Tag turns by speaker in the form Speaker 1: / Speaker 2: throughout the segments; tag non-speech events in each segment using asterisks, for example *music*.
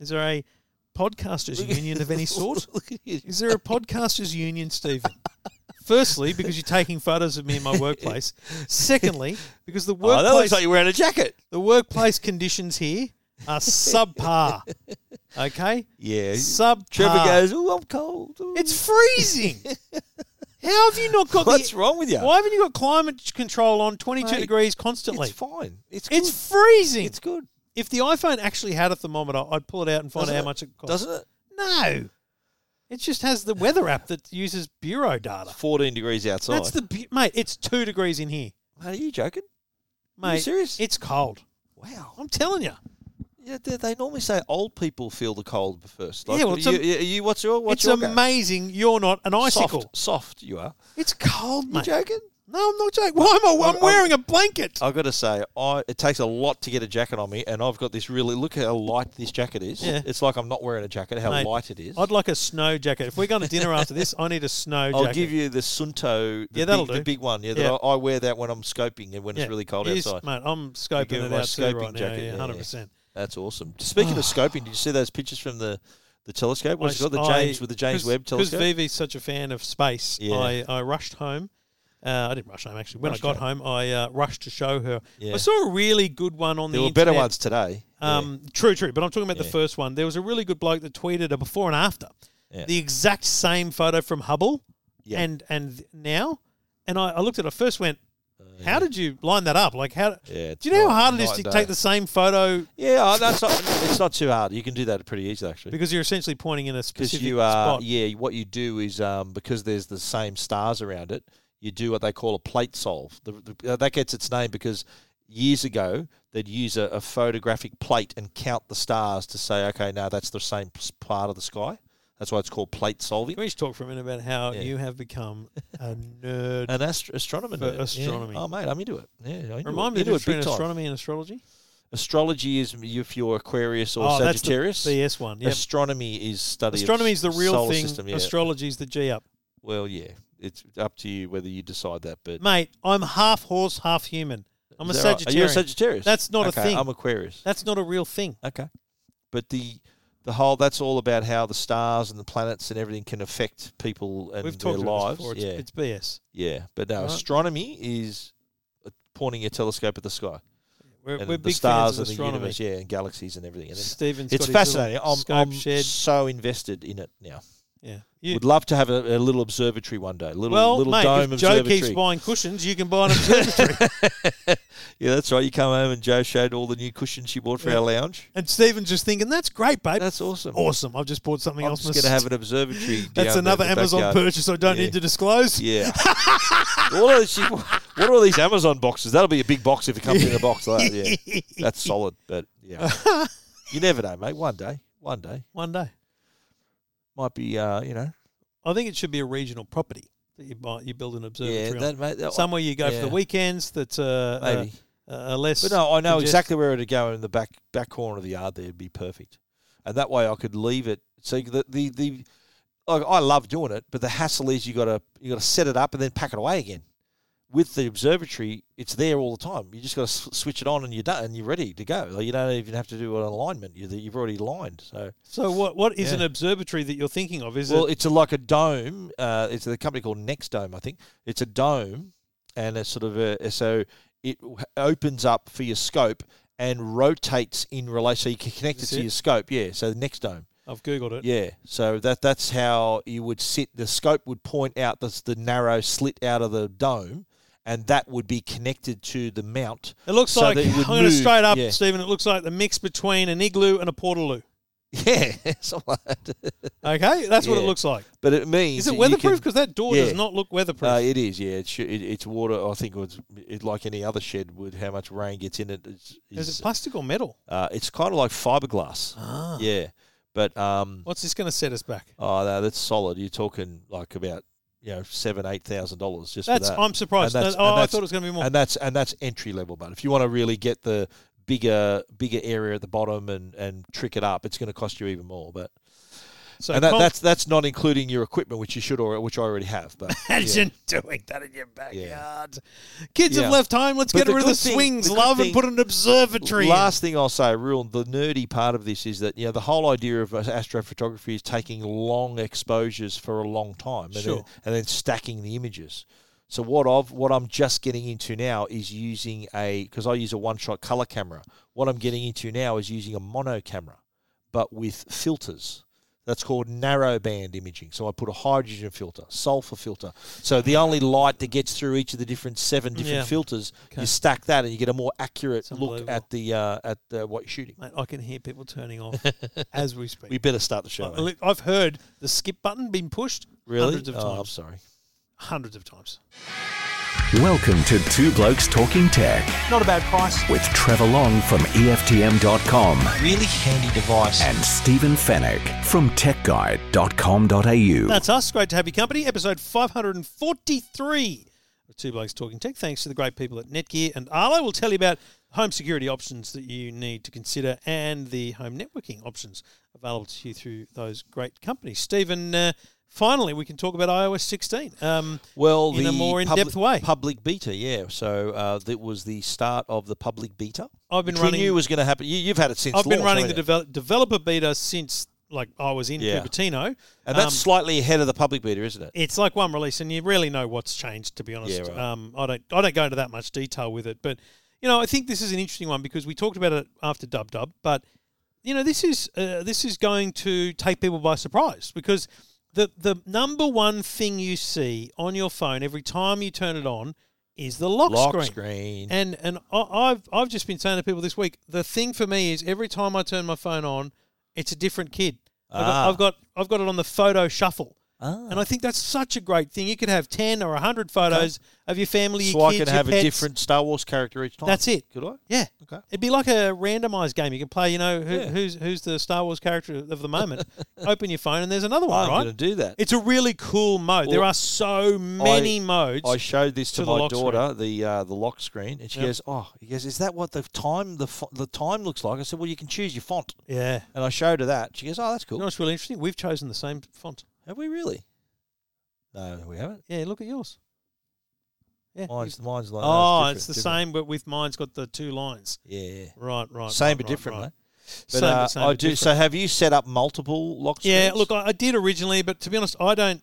Speaker 1: Is there a
Speaker 2: *laughs*
Speaker 1: podcasters union of any sort?
Speaker 2: Look at you.
Speaker 1: Is there a podcasters union, Stephen? Firstly, because you're taking photos of me in my workplace. Secondly, because the
Speaker 2: Oh,
Speaker 1: workplace
Speaker 2: that looks like you're wearing a jacket.
Speaker 1: the workplace conditions here are subpar. Okay,
Speaker 2: Yeah.
Speaker 1: subpar.
Speaker 2: Trevor goes, oh, I'm cold. Ooh."
Speaker 1: It's freezing. How have you not got
Speaker 2: What's
Speaker 1: the?
Speaker 2: wrong with you?
Speaker 1: Why haven't you got climate control on 22
Speaker 2: Mate,
Speaker 1: degrees constantly?
Speaker 2: It's fine. It's good.
Speaker 1: It's freezing.
Speaker 2: It's good.
Speaker 1: if the iPhone actually had a thermometer, I'd pull it out and find
Speaker 2: Doesn't
Speaker 1: out how
Speaker 2: it-
Speaker 1: much it costs.
Speaker 2: Doesn't it?
Speaker 1: No. It just has the weather app that uses bureau data.
Speaker 2: 14 degrees outside.
Speaker 1: That's the bu- mate. It's two degrees in here,
Speaker 2: Mate, are you joking?
Speaker 1: mate.
Speaker 2: Are you serious?
Speaker 1: It's cold.
Speaker 2: wow.
Speaker 1: I'm telling you,
Speaker 2: Yeah, they, they normally say old people feel the cold first. Like,
Speaker 1: Yeah, well, it's
Speaker 2: you,
Speaker 1: am-
Speaker 2: you, you- what's your
Speaker 1: it's
Speaker 2: what's your go?
Speaker 1: amazing. You're not an icicle.
Speaker 2: Soft, soft you are.
Speaker 1: It's cold,
Speaker 2: You
Speaker 1: mate.
Speaker 2: joking?
Speaker 1: No, I'm not joking. Why am I? I'm
Speaker 2: I'm- Oh.
Speaker 1: wearing a blanket.
Speaker 2: I've got to say, I it takes a lot to get a jacket on me, and I've got this really look how light this jacket is.
Speaker 1: Yeah.
Speaker 2: It's like I'm not wearing a jacket. How
Speaker 1: Mate,
Speaker 2: light it is.
Speaker 1: I'd like a snow jacket. If we're going to dinner after this, I need a snow
Speaker 2: I'll
Speaker 1: jacket.
Speaker 2: give you the Sunto, the,
Speaker 1: Yeah, that'll
Speaker 2: big, the
Speaker 1: do.
Speaker 2: big one. Yeah, that
Speaker 1: Yeah.
Speaker 2: I, I wear that when I'm scoping and when
Speaker 1: Yeah.
Speaker 2: it's really cold
Speaker 1: It is-
Speaker 2: outside.
Speaker 1: mate. I'm
Speaker 2: give
Speaker 1: scoping
Speaker 2: me
Speaker 1: it
Speaker 2: my
Speaker 1: out too
Speaker 2: scoping
Speaker 1: right now.
Speaker 2: jacket,
Speaker 1: Yeah,
Speaker 2: yeah,
Speaker 1: hundred percent.
Speaker 2: That's awesome.
Speaker 1: *sighs*
Speaker 2: Speaking of scoping, did you see those pictures from the, the telescope? What's it
Speaker 1: I-
Speaker 2: called? The
Speaker 1: I-
Speaker 2: James with the James
Speaker 1: cause-
Speaker 2: Webb telescope.
Speaker 1: Because Vivi's such a fan of space,
Speaker 2: Yeah.
Speaker 1: I, I rushed home. Uh, I didn't rush home actually. When
Speaker 2: Rushed
Speaker 1: I got home, I uh, rushed to show her.
Speaker 2: Yeah.
Speaker 1: I saw a really good one on
Speaker 2: there
Speaker 1: the
Speaker 2: were better
Speaker 1: internet.
Speaker 2: ones today. Yeah.
Speaker 1: Um, True, true. But I'm talking about the
Speaker 2: Yeah.
Speaker 1: first one. There was a really good bloke that tweeted a before and after,
Speaker 2: Yeah.
Speaker 1: the exact same photo from Hubble,
Speaker 2: Yeah.
Speaker 1: and and now, and I, I looked at it I first went,
Speaker 2: Uh,
Speaker 1: how did you line that up? Like how?
Speaker 2: Yeah, it's
Speaker 1: do you know
Speaker 2: night-
Speaker 1: how hard it is
Speaker 2: night
Speaker 1: to
Speaker 2: and day.
Speaker 1: take the same photo
Speaker 2: Yeah, oh, that's not, it's not too hard. You can do that pretty easily, actually.
Speaker 1: because you're essentially pointing in a
Speaker 2: Because
Speaker 1: specific
Speaker 2: you are,
Speaker 1: spot?
Speaker 2: yeah, what you do is um, because there's the same stars around it, you do what they call a plate solve. The, the, uh, that gets its name because years ago they'd use a, a photographic plate and count the stars to say, okay, now that's the same s- part of the sky. That's why it's called plate solving.
Speaker 1: Can we just talk for a minute about how
Speaker 2: Yeah.
Speaker 1: you have become
Speaker 2: *laughs*
Speaker 1: a nerd?
Speaker 2: An astro- astronomer.
Speaker 1: For
Speaker 2: nerd, yeah.
Speaker 1: astronomy.
Speaker 2: Oh, mate, I'm into it. Yeah, I'm into
Speaker 1: Remind
Speaker 2: it.
Speaker 1: me the
Speaker 2: into it
Speaker 1: difference
Speaker 2: big
Speaker 1: between
Speaker 2: time.
Speaker 1: astronomy and astrology.
Speaker 2: Astrology is if you're Aquarius or
Speaker 1: oh,
Speaker 2: Sagittarius.
Speaker 1: that's the BS one. Yep.
Speaker 2: Astronomy is study. of
Speaker 1: Astronomy is the real
Speaker 2: solar
Speaker 1: thing.
Speaker 2: System, yeah.
Speaker 1: Astrology's the G up.
Speaker 2: well, yeah, it's up to you whether you decide that. But
Speaker 1: Mate, I'm half horse, half human. I'm a
Speaker 2: Is that right? Are you a
Speaker 1: Sagittarius.
Speaker 2: Sagittarius?
Speaker 1: That's not a
Speaker 2: okay,
Speaker 1: thing.
Speaker 2: I'm Aquarius.
Speaker 1: That's not a real thing.
Speaker 2: Okay, but the the whole that's all about how the stars and the planets and everything can affect people and
Speaker 1: We've
Speaker 2: their
Speaker 1: talked about this
Speaker 2: lives.
Speaker 1: before. It's,
Speaker 2: yeah,
Speaker 1: it's BS.
Speaker 2: yeah. But no,
Speaker 1: Right.
Speaker 2: astronomy is uh, pointing your telescope at the sky
Speaker 1: We're,
Speaker 2: and
Speaker 1: we're
Speaker 2: the
Speaker 1: big
Speaker 2: stars
Speaker 1: fans of
Speaker 2: and the
Speaker 1: astronomy.
Speaker 2: universe, yeah, and galaxies and everything. And then
Speaker 1: Stephen's got
Speaker 2: it's
Speaker 1: his
Speaker 2: fascinating.
Speaker 1: little
Speaker 2: I'm,
Speaker 1: scope
Speaker 2: I'm
Speaker 1: shed.
Speaker 2: so invested in it now.
Speaker 1: Yeah. You-
Speaker 2: Would love to have a, a little observatory one day. Little
Speaker 1: well,
Speaker 2: little
Speaker 1: mate,
Speaker 2: dome
Speaker 1: if Joe
Speaker 2: observatory.
Speaker 1: keeps buying cushions, you can buy an
Speaker 2: *laughs*
Speaker 1: observatory.
Speaker 2: yeah, that's right. You come home and Joe showed all the new cushions she bought for
Speaker 1: Yeah.
Speaker 2: our lounge.
Speaker 1: and Stephen's just thinking, that's great, babe.
Speaker 2: That's awesome.
Speaker 1: awesome. I've just bought something
Speaker 2: I'm
Speaker 1: else.
Speaker 2: just going to have
Speaker 1: *laughs*
Speaker 2: an observatory.
Speaker 1: That's
Speaker 2: down there in
Speaker 1: another
Speaker 2: the
Speaker 1: Amazon
Speaker 2: backyard.
Speaker 1: purchase I don't
Speaker 2: Yeah.
Speaker 1: need to disclose. *laughs*
Speaker 2: Yeah. what, are she, what are these Amazon boxes? That'll be a big box if it comes in a box like that. Yeah, that's solid. But yeah, you never know, mate. One day, one day
Speaker 1: *laughs* One day.
Speaker 2: might be. Uh, you know.
Speaker 1: I think it should be a regional property that you buy, you build an observatory
Speaker 2: Yeah,
Speaker 1: on.
Speaker 2: that mate. That,
Speaker 1: somewhere you go for
Speaker 2: yeah.
Speaker 1: the weekends that's uh, uh,
Speaker 2: maybe.
Speaker 1: uh, less.
Speaker 2: But no, I know
Speaker 1: congested.
Speaker 2: exactly where it'd go in the back back corner of the yard. There'd be perfect, and that way I could leave it. See the the, the I, I love doing it, but the hassle is you gotta you gotta set it up and then pack it away again. With the observatory, it's there all the time. You just got to s- switch it on, and you're done, and you're ready to go. Like, you don't even have to do an alignment. You, you've already lined. So,
Speaker 1: So what what is
Speaker 2: Yeah.
Speaker 1: an observatory that you're thinking of? Is
Speaker 2: well,
Speaker 1: it
Speaker 2: it's a, like a dome. Uh, it's a company called Next Dome, I think. It's a dome, and it's sort of a so it w- opens up for your scope and rotates in relation. So you can connect
Speaker 1: Is
Speaker 2: it to
Speaker 1: it?
Speaker 2: your scope. Yeah. So the Next Dome.
Speaker 1: I've googled it.
Speaker 2: Yeah. So that that's how you would sit. The scope would point out the the narrow slit out of the dome, and that would be connected to the mount. *laughs*
Speaker 1: It looks
Speaker 2: So
Speaker 1: like
Speaker 2: that
Speaker 1: *laughs*
Speaker 2: it
Speaker 1: I'm
Speaker 2: would
Speaker 1: going to
Speaker 2: move,
Speaker 1: straight up,
Speaker 2: yeah.
Speaker 1: Stephen. It looks like the mix between an igloo and a portaloo.
Speaker 2: Yeah. *laughs* something like that.
Speaker 1: Okay, that's what it
Speaker 2: Yeah.
Speaker 1: looks like.
Speaker 2: But it means
Speaker 1: Is it
Speaker 2: that you can-
Speaker 1: weatherproof? Because that door does
Speaker 2: yeah.
Speaker 1: not look
Speaker 2: Uh,
Speaker 1: weatherproof.
Speaker 2: it is, yeah. It's it, it's water. I think it's it, like any other shed. With how much rain gets in it, it's
Speaker 1: is
Speaker 2: it's,
Speaker 1: it plastic or metal?
Speaker 2: uh, it's kind of like fiberglass.
Speaker 1: Ah.
Speaker 2: Yeah, but um,
Speaker 1: What's this going to set us back?
Speaker 2: oh no, that's solid. You're talking like about you know seven eight thousand dollars just
Speaker 1: That's
Speaker 2: for that.
Speaker 1: I'm surprised.
Speaker 2: And that's-
Speaker 1: oh,
Speaker 2: and
Speaker 1: I
Speaker 2: that's-
Speaker 1: thought it was going to be more.
Speaker 2: and that's and that's entry level. But if you want to really get the bigger bigger area at the bottom and and trick it up, it's going to cost you even more. But
Speaker 1: So
Speaker 2: and that,
Speaker 1: comp-
Speaker 2: that's that's not including your equipment, which you should or which I already have.
Speaker 1: *laughs*
Speaker 2: But
Speaker 1: *laughs*
Speaker 2: yeah.
Speaker 1: imagine doing that in your backyard. Kids have
Speaker 2: Yeah.
Speaker 1: left home. Let's
Speaker 2: But
Speaker 1: get
Speaker 2: the
Speaker 1: rid of the
Speaker 2: good thing-
Speaker 1: swings,
Speaker 2: the good
Speaker 1: love, and
Speaker 2: thing-
Speaker 1: put an observatory. in.
Speaker 2: Last thing I'll say, real the nerdy part of this is that you know the whole idea of astrophotography is taking long exposures for a long time, and,
Speaker 1: Sure.
Speaker 2: then, and then stacking the images. So what I've what I'm just getting into now is using a because I use a one shot color camera. What I'm getting into now is using a mono camera, but with filters. That's called narrow band imaging. So I put a hydrogen filter, sulfur filter. So the only light that gets through each of the different seven
Speaker 1: Yeah.
Speaker 2: different filters,
Speaker 1: Okay.
Speaker 2: you stack that and you get a more accurate look
Speaker 1: unbelievable.
Speaker 2: at the uh, at the, what you're shooting.
Speaker 1: Mate, I can hear people turning off
Speaker 2: *laughs*
Speaker 1: as we speak.
Speaker 2: We better start the show. eh? mate.
Speaker 1: I- I've heard the skip button being pushed
Speaker 2: Really?
Speaker 1: hundreds of
Speaker 2: oh, I'm
Speaker 1: times.
Speaker 2: sorry.
Speaker 1: Hundreds of times.
Speaker 3: Welcome to Two Blokes Talking Tech
Speaker 4: Not a bad price.
Speaker 3: with Trevor Long from E EFTM.com
Speaker 4: Really handy device.
Speaker 3: and Stephen Fennec from TechGuide.com.au.
Speaker 1: That's us. Great to have you company. Episode 543 of Two Blokes Talking Tech. Thanks to the great people at Netgear and Arlo. We'll tell you about home security options that you need to consider and the home networking options available to you through those great companies. Stephen, uh, finally, we can talk about iOS 16. Um,
Speaker 2: Well,
Speaker 1: In a
Speaker 2: the
Speaker 1: more
Speaker 2: public-
Speaker 1: in-depth way.
Speaker 2: public beta. Yeah. So uh, that was the start of the public beta.
Speaker 1: I've been
Speaker 2: which
Speaker 1: running-
Speaker 2: We knew was going to happen. You, you've had it since.
Speaker 1: I've been
Speaker 2: launch,
Speaker 1: running the
Speaker 2: haven't
Speaker 1: devel-
Speaker 2: you?
Speaker 1: developer beta since like I was in
Speaker 2: Yeah.
Speaker 1: Cupertino.
Speaker 2: and that's
Speaker 1: Um,
Speaker 2: slightly ahead of the public beta, isn't it?
Speaker 1: it's like one release, and you really know what's changed. To be honest,
Speaker 2: Yeah, right.
Speaker 1: um, I don't I don't go into that much detail with it, but you know I think this is an interesting one because we talked about it after Dub Dub, but you know this is uh, this is going to take people by surprise because the the number one thing you see on your phone every time you turn it on is the lock,
Speaker 2: Lock
Speaker 1: screen.
Speaker 2: screen.
Speaker 1: And and I- I've I've just been saying to people this week, the thing for me is every time I turn my phone on, it's a different kid. I've, got,
Speaker 2: Ah.
Speaker 1: I've got I've got it on the photo shuffle. And I think that's such a great thing. You could have ten or hundred photos of your family,
Speaker 2: so
Speaker 1: your
Speaker 2: I
Speaker 1: kids,
Speaker 2: can
Speaker 1: your
Speaker 2: have a
Speaker 1: pets.
Speaker 2: different Star Wars character each time.
Speaker 1: That's it.
Speaker 2: Could I?
Speaker 1: Yeah.
Speaker 2: Okay.
Speaker 1: It'd be like a randomized game. You can play. You know who,
Speaker 2: Yeah.
Speaker 1: who's who's the Star Wars character of the
Speaker 2: *laughs*
Speaker 1: moment. Open your phone and there's another one.
Speaker 2: I'm
Speaker 1: right.
Speaker 2: going to do that.
Speaker 1: It's a really cool mode. there
Speaker 2: Well,
Speaker 1: are so many modes.
Speaker 2: I showed this to,
Speaker 1: to the
Speaker 2: my
Speaker 1: lock
Speaker 2: daughter, the uh, the lock screen, and she
Speaker 1: Yep.
Speaker 2: goes, "Oh, he goes, is that what the time the fo- the time looks like?" I said, "Well, you can choose your font."
Speaker 1: yeah.
Speaker 2: And I showed her that. She goes, "Oh, that's
Speaker 1: You
Speaker 2: cool."
Speaker 1: know what's really interesting? We've chosen the same font.
Speaker 2: Have we really? No, we haven't.
Speaker 1: Yeah, look at yours. Yeah.
Speaker 2: Mine's mine's like
Speaker 1: oh,
Speaker 2: no,
Speaker 1: it's the
Speaker 2: different,
Speaker 1: same, but with mine's got the two lines.
Speaker 2: different. Yeah,
Speaker 1: Right, right.
Speaker 2: same
Speaker 1: right,
Speaker 2: but
Speaker 1: right,
Speaker 2: different.
Speaker 1: right.
Speaker 2: mate. But,
Speaker 1: Same, but
Speaker 2: uh,
Speaker 1: same
Speaker 2: I
Speaker 1: but
Speaker 2: do. So, have you set up multiple lock screens?
Speaker 1: Yeah, look, I, I did originally, but to be honest, I don't.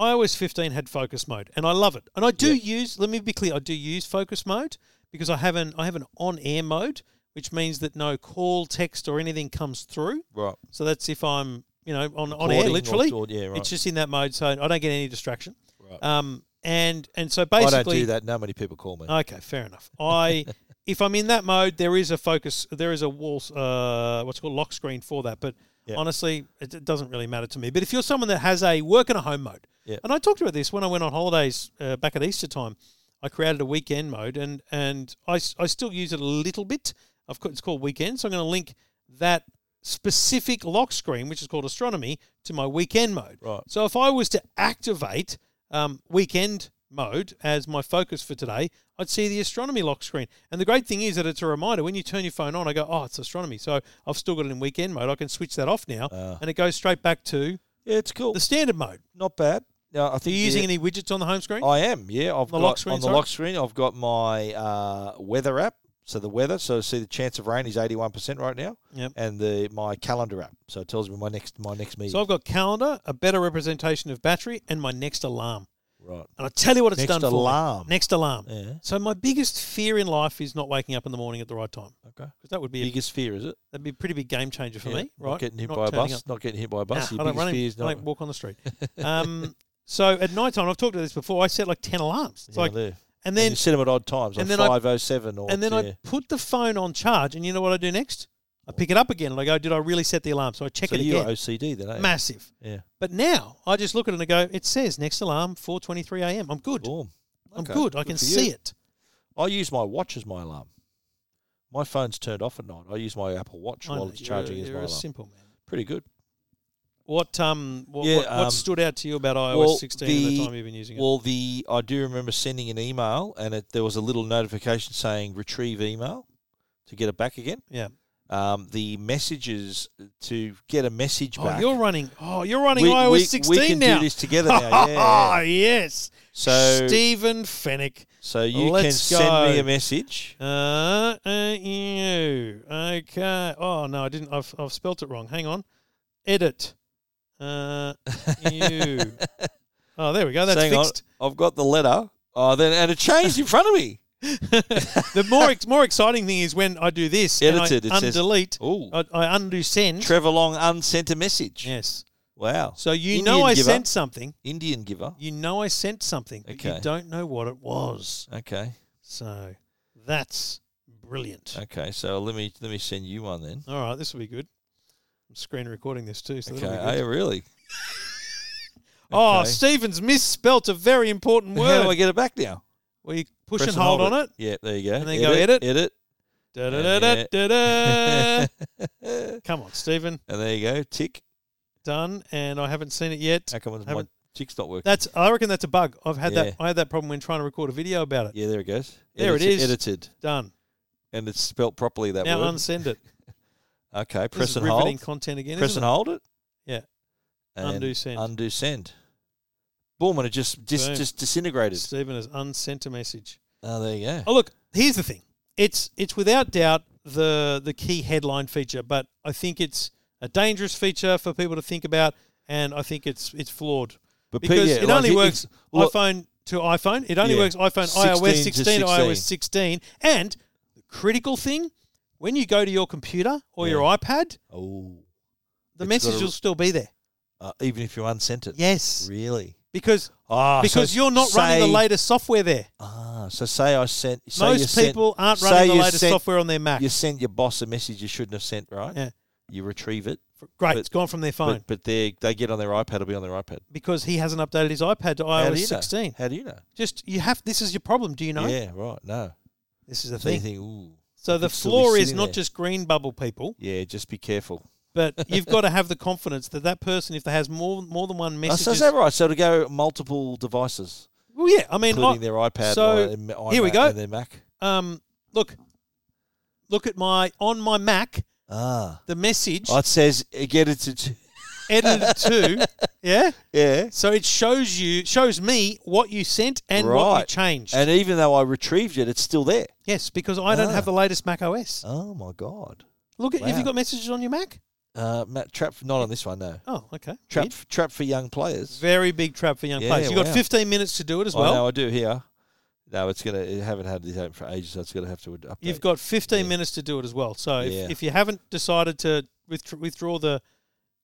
Speaker 1: iOS 15 had focus mode, and I love it. And I do use. Let me be clear. I do use focus mode because I have an I have an on air mode, which means that no call, text, or anything comes through.
Speaker 2: right.
Speaker 1: So that's if I'm, you know, on, on
Speaker 2: Recording
Speaker 1: air,
Speaker 2: or-
Speaker 1: literally.
Speaker 2: or- yeah, right.
Speaker 1: It's just in that mode, so I don't get any distraction.
Speaker 2: Right.
Speaker 1: Um, and and so
Speaker 2: I
Speaker 1: basically,
Speaker 2: don't do that. No many people call me.
Speaker 1: Okay, fair enough.
Speaker 2: *laughs*
Speaker 1: I if I'm in that mode, there is a focus, there is a wall, uh, what's called lock screen for that. But
Speaker 2: Yeah.
Speaker 1: honestly, it, it doesn't really matter to me. But if you're someone that has a work and a home mode,
Speaker 2: Yeah.
Speaker 1: and I talked about this when I went on holidays uh, back at Easter time, I created a weekend mode, and and I, s- I still use it a little bit. I've got, it's called weekend, so I'm going to link that specific lock screen, which is called astronomy, to my weekend mode.
Speaker 2: Right.
Speaker 1: So if I was to activate um, weekend mode as my focus for today, I'd see the astronomy lock screen. And the great thing is that it's a reminder when you turn your phone on. I go, oh, it's astronomy. So I've still got it in weekend mode. I can switch that off now,
Speaker 2: Ah.
Speaker 1: and it goes straight back to
Speaker 2: yeah, it's cool.
Speaker 1: the standard mode.
Speaker 2: Not bad. No, I
Speaker 1: Are
Speaker 2: think
Speaker 1: you
Speaker 2: the-
Speaker 1: using any widgets on the home screen?
Speaker 2: I am. Yeah, I've
Speaker 1: The
Speaker 2: got
Speaker 1: lock screen,
Speaker 2: on the
Speaker 1: sorry?
Speaker 2: lock screen. I've got my uh, weather app. So the weather. So see the chance of rain is eighty one percent right now.
Speaker 1: Yep.
Speaker 2: And the my calendar app. So it tells me my next my next meeting.
Speaker 1: So I've got calendar, a better representation of battery, and my next alarm.
Speaker 2: right.
Speaker 1: And I tell you what it's
Speaker 2: Next
Speaker 1: done for me.
Speaker 2: alarm.
Speaker 1: Next alarm.
Speaker 2: Yeah.
Speaker 1: So my biggest fear in life is not waking up in the morning at the right time
Speaker 2: Okay.
Speaker 1: because that would be a,
Speaker 2: Biggest fear is it?
Speaker 1: that'd be a pretty big game changer for
Speaker 2: Yeah,
Speaker 1: me, right?
Speaker 2: Not getting hit
Speaker 1: Not
Speaker 2: by a
Speaker 1: turning
Speaker 2: bus.
Speaker 1: up.
Speaker 2: Not getting hit by a bus.
Speaker 1: Nah,
Speaker 2: Your
Speaker 1: I don't
Speaker 2: biggest
Speaker 1: run.
Speaker 2: fear
Speaker 1: In,
Speaker 2: is
Speaker 1: I
Speaker 2: not.
Speaker 1: don't walk on the
Speaker 2: *laughs*
Speaker 1: street. Um, so at night time, I've talked about this before. I set like ten alarms. It's
Speaker 2: Yeah,
Speaker 1: like,
Speaker 2: there.
Speaker 1: and
Speaker 2: And
Speaker 1: then
Speaker 2: you set them at odd times,
Speaker 1: and
Speaker 2: like
Speaker 1: then I-
Speaker 2: five oh seven or
Speaker 1: and then
Speaker 2: yeah.
Speaker 1: I put the phone on charge, and you know what I do next? I pick it up again, and I go, "Did I really set the alarm?" So I check
Speaker 2: So
Speaker 1: it
Speaker 2: you're
Speaker 1: again.
Speaker 2: OCD then, eh?
Speaker 1: Massive.
Speaker 2: Yeah.
Speaker 1: But now I just look at it and I go, "It says next alarm, four twenty-three a.m. I'm good.
Speaker 2: Boom.
Speaker 1: I'm
Speaker 2: Okay,
Speaker 1: good. I can
Speaker 2: for
Speaker 1: see
Speaker 2: you.
Speaker 1: it."
Speaker 2: I use my watch as my alarm. My phone's turned off at night. I use my Apple Watch
Speaker 1: I
Speaker 2: while
Speaker 1: know,
Speaker 2: it's
Speaker 1: you're
Speaker 2: charging
Speaker 1: a,
Speaker 2: as
Speaker 1: you're
Speaker 2: my
Speaker 1: a
Speaker 2: alarm.
Speaker 1: simple man.
Speaker 2: Pretty good.
Speaker 1: What um what,
Speaker 2: Yeah,
Speaker 1: what, what
Speaker 2: um,
Speaker 1: stood out to you about iOS
Speaker 2: well,
Speaker 1: 16 at the
Speaker 2: the-
Speaker 1: time you've been using it?
Speaker 2: Well, the I do remember sending an email, and it, there was a little notification saying retrieve email to get it back again.
Speaker 1: yeah,
Speaker 2: um, the messages uh, to get a message
Speaker 1: Oh,
Speaker 2: back.
Speaker 1: you're running. Oh, you're running
Speaker 2: we,
Speaker 1: iOS
Speaker 2: we,
Speaker 1: 16
Speaker 2: we can
Speaker 1: now. *laughs*
Speaker 2: do this together now. yeah.
Speaker 1: yes.
Speaker 2: So
Speaker 1: Stephen Fennick.
Speaker 2: so you can
Speaker 1: Let's
Speaker 2: send me
Speaker 1: go.
Speaker 2: a message.
Speaker 1: Uh, uh, you. Okay. Oh no, I didn't. I've I've spelt it wrong. Hang on. Edit. Uh,
Speaker 2: *laughs*
Speaker 1: you. Oh, there we go. That's
Speaker 2: Hang on,
Speaker 1: fixed.
Speaker 2: I've got the letter. Oh, then and it changed in front
Speaker 1: *laughs*
Speaker 2: of me.
Speaker 1: The more ex- more exciting thing is when I do this. and I
Speaker 2: Edited, it says-
Speaker 1: undelete.
Speaker 2: Ooh.
Speaker 1: I, I undo send.
Speaker 2: Uh, Trevor Long unsent a message.
Speaker 1: yes.
Speaker 2: Wow.
Speaker 1: So you
Speaker 2: Indian
Speaker 1: know I
Speaker 2: giver.
Speaker 1: sent something.
Speaker 2: Indian giver.
Speaker 1: You know I sent something, but
Speaker 2: Okay.
Speaker 1: you don't know what it was.
Speaker 2: Okay.
Speaker 1: So that's brilliant.
Speaker 2: Okay. So let me let me send you one then.
Speaker 1: All right, this will be good. I'm screen recording this too. So
Speaker 2: Okay.
Speaker 1: that'll be good.
Speaker 2: Oh, really?
Speaker 1: Oh,
Speaker 2: Okay.
Speaker 1: Stephen's misspelt a very
Speaker 2: *laughs*
Speaker 1: important
Speaker 2: How do I
Speaker 1: word.
Speaker 2: get it back now?
Speaker 1: Well, you push and hold, on it.
Speaker 2: Yeah, there you go.
Speaker 1: And then go edit.
Speaker 2: Edit.
Speaker 1: Da, da, da, da,
Speaker 2: *laughs*
Speaker 1: da, *laughs* da. Come on, Stephen.
Speaker 2: And there you go. Tick.
Speaker 1: Done. And I haven't seen it yet.
Speaker 2: How come my
Speaker 1: Haven't-
Speaker 2: tick's not working?
Speaker 1: That's. I reckon that's a bug. I've had
Speaker 2: Yeah.
Speaker 1: that. I had that problem when trying to record a video about it.
Speaker 2: Yeah, there it goes.
Speaker 1: There it
Speaker 2: Edited-
Speaker 1: is.
Speaker 2: Edited.
Speaker 1: Done.
Speaker 2: And it's spelt properly that
Speaker 1: now
Speaker 2: word.
Speaker 1: unsend
Speaker 2: *laughs*
Speaker 1: it.
Speaker 2: okay.
Speaker 1: This
Speaker 2: Press
Speaker 1: is
Speaker 2: and
Speaker 1: riveting
Speaker 2: hold.
Speaker 1: content again.
Speaker 2: Press
Speaker 1: isn't
Speaker 2: and hold it.
Speaker 1: Yeah.
Speaker 2: And
Speaker 1: Undo send.
Speaker 2: Undo send. Boom, and it just just,
Speaker 1: Boom.
Speaker 2: just
Speaker 1: it?
Speaker 2: disintegrated.
Speaker 1: Stephen has unsent a message.
Speaker 2: Oh, there you go.
Speaker 1: Oh, look. Here's the thing. It's it's without doubt the the key headline feature, but I think it's a dangerous feature for people to think about, and I think it's it's flawed.
Speaker 2: But Pete,
Speaker 1: because
Speaker 2: yeah,
Speaker 1: it
Speaker 2: like,
Speaker 1: only
Speaker 2: if-
Speaker 1: works
Speaker 2: look-
Speaker 1: iPhone to iPhone. It only
Speaker 2: Yeah.
Speaker 1: works iPhone
Speaker 2: 16
Speaker 1: iOS
Speaker 2: to
Speaker 1: 16 to iOS 16. And the critical thing, when you go to your computer or your iPad,
Speaker 2: Oh,
Speaker 1: the
Speaker 2: It's
Speaker 1: message
Speaker 2: gotta-
Speaker 1: will still be there.
Speaker 2: uh, even if you unsent it.
Speaker 1: Yes,
Speaker 2: Really?
Speaker 1: because
Speaker 2: Ah,
Speaker 1: because
Speaker 2: so
Speaker 1: you're not running the
Speaker 2: say-
Speaker 1: latest software there.
Speaker 2: Ah, so say I sent. Say you
Speaker 1: Most
Speaker 2: sent-
Speaker 1: people aren't
Speaker 2: say
Speaker 1: running the
Speaker 2: you
Speaker 1: latest
Speaker 2: sent-
Speaker 1: software on their Mac.
Speaker 2: You sent your boss a message you shouldn't have sent, right?
Speaker 1: Yeah.
Speaker 2: You retrieve it.
Speaker 1: Great,
Speaker 2: but-
Speaker 1: it's gone from their phone
Speaker 2: But, but they they get on their iPad. It'll be on their iPad.
Speaker 1: because he hasn't updated his iPad to
Speaker 2: How do
Speaker 1: iOS
Speaker 2: you know?
Speaker 1: 16.
Speaker 2: How do you know?
Speaker 1: Just you have this is your problem. Do you know?
Speaker 2: Yeah, right. No.
Speaker 1: This is the
Speaker 2: So you
Speaker 1: thing.
Speaker 2: think, ooh.
Speaker 1: So the
Speaker 2: could still be
Speaker 1: flaw is
Speaker 2: sitting
Speaker 1: not
Speaker 2: there.
Speaker 1: just green bubble people.
Speaker 2: Yeah, just be careful. *laughs*
Speaker 1: but you've got to have the confidence that that person, if they has more more than one
Speaker 2: Oh,
Speaker 1: message,
Speaker 2: so is that right? So to go multiple devices,
Speaker 1: well, yeah, I mean,
Speaker 2: including
Speaker 1: I-
Speaker 2: their iPad,
Speaker 1: so,
Speaker 2: and iMac,
Speaker 1: here we go.
Speaker 2: and their Mac.
Speaker 1: um, look, look at my on my Mac,
Speaker 2: Ah,
Speaker 1: the message
Speaker 2: oh, it says get it to. *laughs*
Speaker 1: edited to, yeah,
Speaker 2: Yeah.
Speaker 1: so it shows you shows me what you sent and what you
Speaker 2: Right.
Speaker 1: changed.
Speaker 2: And even though I retrieved it, it's still there.
Speaker 1: yes, because I don't
Speaker 2: Ah.
Speaker 1: have the latest Mac OS.
Speaker 2: Oh my god.
Speaker 1: Look at have you
Speaker 2: wow.
Speaker 1: got messages on your Mac?
Speaker 2: Uh, Matt, trap not on this one. No.
Speaker 1: Oh, okay,
Speaker 2: Trap,
Speaker 1: Weird.
Speaker 2: trap for young players.
Speaker 1: Very big trap for young
Speaker 2: Yeah,
Speaker 1: players. You have got
Speaker 2: wow.
Speaker 1: 15 minutes to do it as
Speaker 2: I
Speaker 1: well.
Speaker 2: know I do here. No, it's gonna. It haven't had this open for ages, so it's gonna have to update.
Speaker 1: You've got 15
Speaker 2: Yeah.
Speaker 1: minutes to do it as well. So if,
Speaker 2: Yeah.
Speaker 1: if you haven't decided to withdraw, withdraw the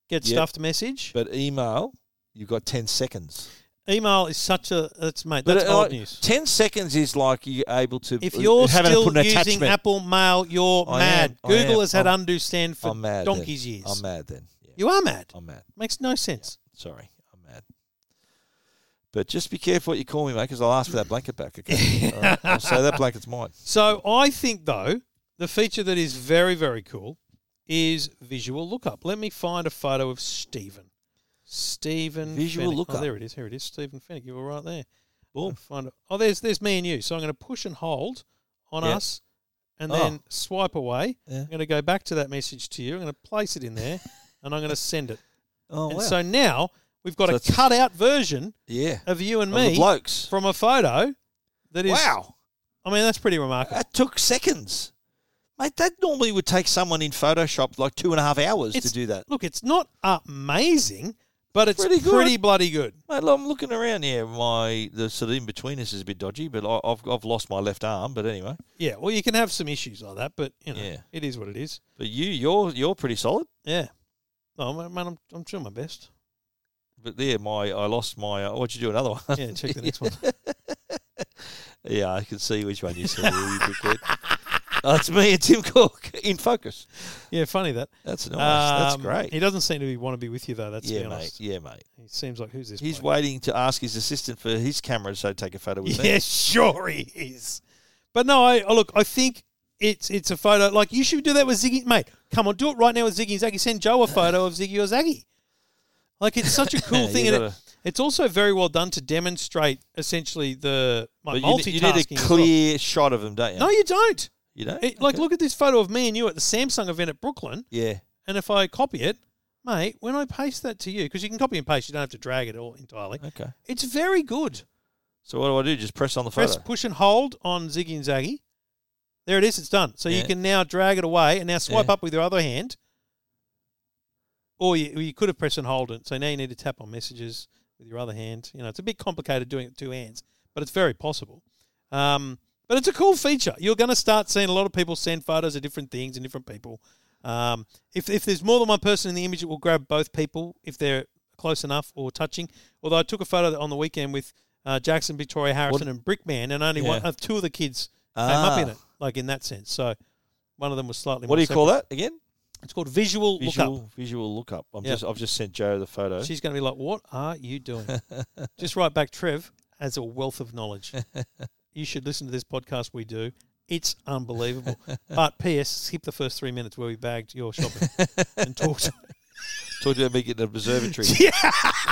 Speaker 1: get
Speaker 2: Yeah.
Speaker 1: stuffed message,
Speaker 2: but email. You've got ten seconds.
Speaker 1: email is such a that's mate.
Speaker 2: But uh,
Speaker 1: That's
Speaker 2: it-
Speaker 1: old
Speaker 2: like,
Speaker 1: news.
Speaker 2: Ten seconds is like you're able to.
Speaker 1: If
Speaker 2: uh,
Speaker 1: you're
Speaker 2: having to
Speaker 1: still
Speaker 2: put an
Speaker 1: using
Speaker 2: attachment,
Speaker 1: Apple Mail, you're
Speaker 2: I
Speaker 1: mad.
Speaker 2: am, I
Speaker 1: Google
Speaker 2: am.
Speaker 1: has had
Speaker 2: I'm-
Speaker 1: undo stand for
Speaker 2: I'm mad.
Speaker 1: donkey's
Speaker 2: then.
Speaker 1: years.
Speaker 2: I'm mad then. Yeah,
Speaker 1: You are mad.
Speaker 2: I'm mad.
Speaker 1: Makes no sense.
Speaker 2: Sorry, I'm mad. But just be careful what you call me, mate, because I'll ask for that blanket back. Okay.
Speaker 1: *laughs*
Speaker 2: All right. I'll say that blanket's mine.
Speaker 1: So I think though the feature that is very very cool is visual lookup. Let me find a photo of Stephen. Stephen
Speaker 2: Visual
Speaker 1: Fennick. Oh,
Speaker 2: lookup.
Speaker 1: there it is. Here it is. Stephen Fennick. You were right there.
Speaker 2: Boom.
Speaker 1: Find it. Oh, there's there's me and you. So I'm going to push and hold on
Speaker 2: Yeah.
Speaker 1: us, and
Speaker 2: Oh.
Speaker 1: then swipe away.
Speaker 2: Yeah.
Speaker 1: I'm going to go back to that message to you. I'm going to place it in there, *laughs* and I'm going to send it.
Speaker 2: Oh
Speaker 1: and
Speaker 2: wow.
Speaker 1: so now we've got
Speaker 2: So
Speaker 1: a
Speaker 2: it's-
Speaker 1: cut out version
Speaker 2: yeah.
Speaker 1: of you and
Speaker 2: Of the
Speaker 1: me
Speaker 2: blokes.
Speaker 1: from a photo. That is,
Speaker 2: Wow.
Speaker 1: I mean, that's pretty remarkable.
Speaker 2: That took seconds. Mate, that normally would take someone in Photoshop like two and a half hours
Speaker 1: It's-
Speaker 2: to do that.
Speaker 1: Look, it's not amazing, but it's pretty,
Speaker 2: Pretty good.
Speaker 1: bloody good.
Speaker 2: Mate, look, I'm looking around here. My the sort of in between us is a bit dodgy, but I, I've I've lost my left arm. But anyway,
Speaker 1: Yeah. Well, you can have some issues like that, but you know,
Speaker 2: Yeah.
Speaker 1: it is what it is.
Speaker 2: but you you're you're pretty solid.
Speaker 1: Yeah. No, man, I'm, I'm doing my best.
Speaker 2: *laughs* But there, my I lost my. Uh, what'd you do? Another one?
Speaker 1: Yeah.
Speaker 2: *laughs*
Speaker 1: Check the next one.
Speaker 2: yeah, I can see which one you saw. you dickhead. Oh, it's me and Tim Cook in focus.
Speaker 1: Yeah, funny that.
Speaker 2: That's *laughs* nice.
Speaker 1: Um,
Speaker 2: That's
Speaker 1: He
Speaker 2: great.
Speaker 1: doesn't seem to be, want to be with you though. That's to
Speaker 2: Yeah,
Speaker 1: be
Speaker 2: mate.
Speaker 1: honest.
Speaker 2: Yeah, mate.
Speaker 1: He seems like who's this?
Speaker 2: He's
Speaker 1: bloke?
Speaker 2: waiting to ask his assistant for his camera so take a
Speaker 1: *laughs*
Speaker 2: photo with me.
Speaker 1: Yeah, sure he is. But no, I oh, look. I think it's it's a photo. Like you should do that with Ziggy, mate. Come on, do it right now with Ziggy and Zaggy. Send Joe a photo of Ziggy or Zaggy. Like it's such
Speaker 2: *laughs*
Speaker 1: a cool
Speaker 2: You
Speaker 1: thing, and it,
Speaker 2: gotta-
Speaker 1: it's also very well done to demonstrate essentially the my
Speaker 2: But you,
Speaker 1: multitasking.
Speaker 2: ne- you need a
Speaker 1: as well.
Speaker 2: clear shot of him, don't you?
Speaker 1: No, you don't.
Speaker 2: You know,
Speaker 1: It, like,
Speaker 2: Okay.
Speaker 1: look at this photo of me and you at the Samsung event at Brooklyn.
Speaker 2: yeah,
Speaker 1: And if I copy it, mate, when I paste that to you, because you can copy and paste, you don't have to drag it all entirely.
Speaker 2: okay.
Speaker 1: It's very good.
Speaker 2: So what do I do? Just press on the photo.
Speaker 1: Press push and hold on Ziggy and Zaggy. There it is. It's done. So you
Speaker 2: Yeah.
Speaker 1: can now drag it away and now swipe
Speaker 2: Yeah.
Speaker 1: up with your other hand. Or you, or you could have pressed and hold it. So now you need to tap on messages with your other hand. You know, it's a bit complicated doing it with two hands, but it's very possible. Um, but it's a cool feature. You're going to start seeing a lot of people send photos of different things and different people. Um, if, if there's more than one person in the image, it will grab both people if they're close enough or touching. Although I took a photo on the weekend with uh, Jackson, Victoria Harrison, and Brickman, and only one,
Speaker 2: Yeah.
Speaker 1: uh, two of the kids
Speaker 2: Ah.
Speaker 1: came up in it, like in that sense. So one of them was slightly.
Speaker 2: What do
Speaker 1: more
Speaker 2: you call
Speaker 1: separate.
Speaker 2: that again?
Speaker 1: It's called visual,
Speaker 2: Visual
Speaker 1: lookup.
Speaker 2: visual lookup. I'm
Speaker 1: Yeah.
Speaker 2: just I've just sent Joe the photo.
Speaker 1: She's going to be like, "What are you doing?" Just write back, Trev, as a wealth of knowledge. you should listen to this podcast we do. It's unbelievable. But P.S. Skip the first three minutes where we bagged your shopping and *laughs* talked.
Speaker 2: Talking about me getting an
Speaker 1: *laughs*
Speaker 2: observatory. yeah.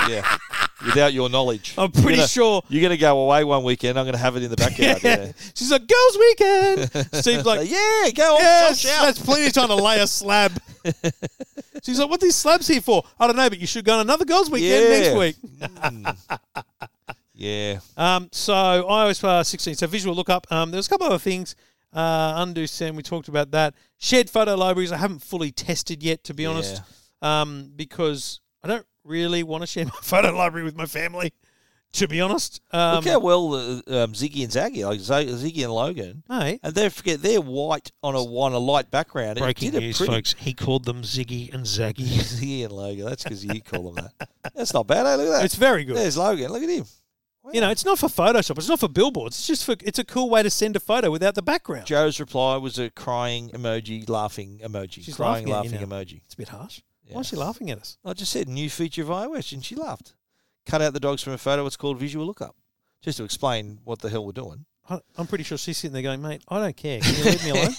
Speaker 2: yeah. Without your knowledge.
Speaker 1: I'm pretty
Speaker 2: You're gonna-
Speaker 1: sure.
Speaker 2: You're going to go away one weekend. I'm going to have it in
Speaker 1: *laughs*
Speaker 2: the backyard. yeah. Uh,
Speaker 1: She's like, "Girls' weekend." Steve's like,
Speaker 2: yeah, go on.
Speaker 1: Yes,
Speaker 2: Josh, out.
Speaker 1: that's plenty of time to lay a slab. She's like, "What are these slabs here for?" I don't know, but you should go on another girls' weekend next week.
Speaker 2: Mm. yeah.
Speaker 1: Um, so iOS uh, 16. So visual lookup. Um, there's a couple other things. Uh, undo send. We talked about that. Shared photo libraries. I haven't fully tested yet, to be honest, um, because I don't really want to share my *laughs* photo library with my family. To be honest, um,
Speaker 2: Look how well uh, um, Ziggy and Zaggy, like Z- Ziggy and Logan,
Speaker 1: mate.
Speaker 2: and they forget they're white on a on a light background. and it
Speaker 1: Breaking
Speaker 2: did it
Speaker 1: news,
Speaker 2: pretty-
Speaker 1: folks. He called them Ziggy and Zaggy.
Speaker 2: *laughs* Ziggy and Logan. That's because you call them that. That's not bad. Hey, look at that.
Speaker 1: it's very good.
Speaker 2: There's Logan. Look at him.
Speaker 1: You know, it's not for Photoshop. It's not for billboards. It's just for. It's a cool way to send a photo without the background.
Speaker 2: Joe's reply was a crying emoji, laughing emoji,
Speaker 1: She's
Speaker 2: crying
Speaker 1: laughing
Speaker 2: laughing,
Speaker 1: at you
Speaker 2: emoji.
Speaker 1: it's a bit harsh. Why
Speaker 2: Yeah.
Speaker 1: is she laughing at us?
Speaker 2: I just said new feature of iOS, and she laughed. Cut out the dogs from a photo. It's called visual lookup, just to explain what the hell we're doing.
Speaker 1: I- I'm pretty sure she's sitting there going, mate, I don't care. Can you leave me
Speaker 2: *laughs*
Speaker 1: alone?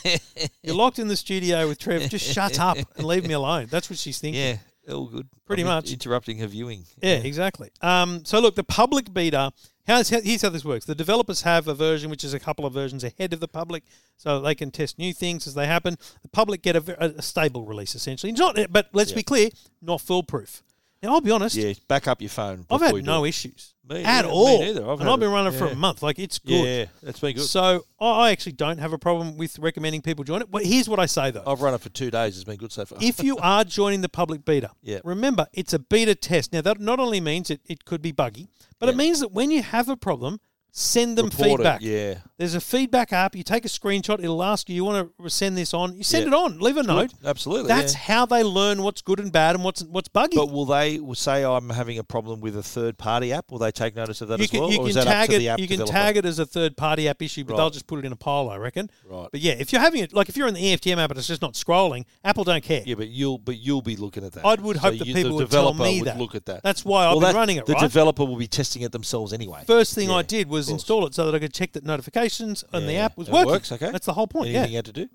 Speaker 1: You're locked in the studio with Trev. Just shut up and leave me alone. That's what she's thinking.
Speaker 2: Yeah, all good.
Speaker 1: Pretty
Speaker 2: I'm in-
Speaker 1: much.
Speaker 2: interrupting her viewing.
Speaker 1: Yeah, exactly. Um, so look, the public beta. How's, how, here's how this works. The developers have a version which is a couple of versions ahead of the public, so they can test new things as they happen. The public get a, ver- a a stable release essentially. It's not, but let's be clear, not foolproof. Now I'll be honest.
Speaker 2: Yeah, back up your phone.
Speaker 1: I've
Speaker 2: before
Speaker 1: had
Speaker 2: you do
Speaker 1: no
Speaker 2: it.
Speaker 1: issues
Speaker 2: Me-
Speaker 1: at
Speaker 2: yeah, me
Speaker 1: all.
Speaker 2: neither. I've
Speaker 1: and
Speaker 2: had
Speaker 1: I've been
Speaker 2: it.
Speaker 1: running for
Speaker 2: Yeah.
Speaker 1: a month. Like it's good.
Speaker 2: Yeah, that's been good.
Speaker 1: So I I actually don't have a problem with recommending people join it. But here's what I say though:
Speaker 2: I've run it for two days. It's been good so far.
Speaker 1: if
Speaker 2: *laughs*
Speaker 1: you are joining the public beta,
Speaker 2: Yep.
Speaker 1: remember it's a beta test. Now that not only means it, it could be buggy, but it means that when you have a problem, send them
Speaker 2: Report it,
Speaker 1: feedback.
Speaker 2: Yeah,
Speaker 1: There's a feedback app. You take a screenshot. It'll ask you, you want to send this on? You send
Speaker 2: Yeah.
Speaker 1: it on. Leave a note.
Speaker 2: absolutely.
Speaker 1: That's
Speaker 2: yeah.
Speaker 1: how they learn what's good and bad and what's what's buggy.
Speaker 2: But will they will say I'm having a problem with a third party app? Will they take notice of that
Speaker 1: you
Speaker 2: as
Speaker 1: can,
Speaker 2: well?
Speaker 1: you
Speaker 2: or is
Speaker 1: can
Speaker 2: that up
Speaker 1: tag
Speaker 2: to
Speaker 1: it.
Speaker 2: the app
Speaker 1: You can
Speaker 2: developer?
Speaker 1: tag it as a third party app issue, but
Speaker 2: Right.
Speaker 1: they'll just put it in a pile, I reckon.
Speaker 2: Right.
Speaker 1: But yeah, if you're having it, like if you're in the EFTM app and it's just not scrolling, Apple don't care.
Speaker 2: Yeah, but you'll but you'll be looking at that.
Speaker 1: I would
Speaker 2: So
Speaker 1: hope that
Speaker 2: you-
Speaker 1: people
Speaker 2: the
Speaker 1: would tell
Speaker 2: developer
Speaker 1: me
Speaker 2: would
Speaker 1: that.
Speaker 2: look at that.
Speaker 1: That's why I've
Speaker 2: Well,
Speaker 1: been
Speaker 2: that-
Speaker 1: running it.
Speaker 2: The
Speaker 1: right?
Speaker 2: developer will be testing it themselves anyway.
Speaker 1: First thing I
Speaker 2: Yeah,
Speaker 1: did was
Speaker 2: course.
Speaker 1: install it so that I could check that notifications and the
Speaker 2: Yeah,
Speaker 1: app was
Speaker 2: it
Speaker 1: working.
Speaker 2: works, okay.
Speaker 1: That's the whole point.
Speaker 2: Anything
Speaker 1: Yeah.
Speaker 2: you had to do?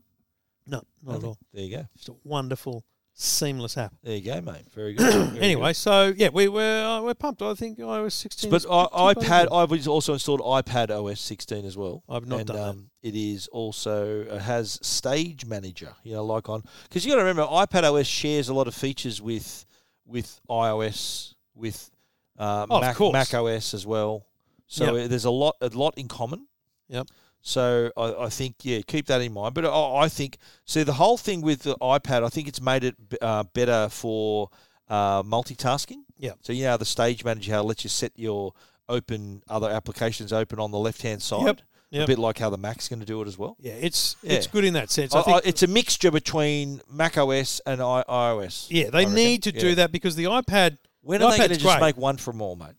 Speaker 1: No, not at all.
Speaker 2: There you go.
Speaker 1: Just a wonderful, seamless app.
Speaker 2: There you go, mate. Very
Speaker 1: *coughs*
Speaker 2: good. Very good.
Speaker 1: Anyway, so yeah, we we're uh, we're pumped. I think iOS 16.
Speaker 2: But
Speaker 1: is
Speaker 2: I,
Speaker 1: too
Speaker 2: iPad,
Speaker 1: buggy.
Speaker 2: I was also installed iPad OS 16 as well.
Speaker 1: I've not
Speaker 2: and,
Speaker 1: done that.
Speaker 2: um, It is also it has Stage Manager, you know, like on because you got to remember iPad OS shares a lot of features with with iOS with uh,
Speaker 1: Oh, of
Speaker 2: Mac,
Speaker 1: course.
Speaker 2: Mac OS as well. So
Speaker 1: Yep.
Speaker 2: uh, there's a lot a lot in common.
Speaker 1: Yep.
Speaker 2: So I, I think yeah, keep that in mind. But uh, I, I think see the whole thing with the iPad, I think it's made it b- uh, better for uh, multitasking.
Speaker 1: Yep.
Speaker 2: So you know how the stage manager how it lets you set your open other applications open on the left hand side.
Speaker 1: Yep, yep.
Speaker 2: A bit like how the Mac's going to do it as well.
Speaker 1: yeah, it's
Speaker 2: Yeah.
Speaker 1: it's good in that sense.
Speaker 2: I-
Speaker 1: I
Speaker 2: I-
Speaker 1: think
Speaker 2: it's a mixture between Mac OS and I- iOS.
Speaker 1: yeah,
Speaker 2: I
Speaker 1: they
Speaker 2: reckon.
Speaker 1: need to do
Speaker 2: Yeah.
Speaker 1: that because the iPad
Speaker 2: When
Speaker 1: the
Speaker 2: are they going to
Speaker 1: iPad's
Speaker 2: just
Speaker 1: great.
Speaker 2: make one for more, mate?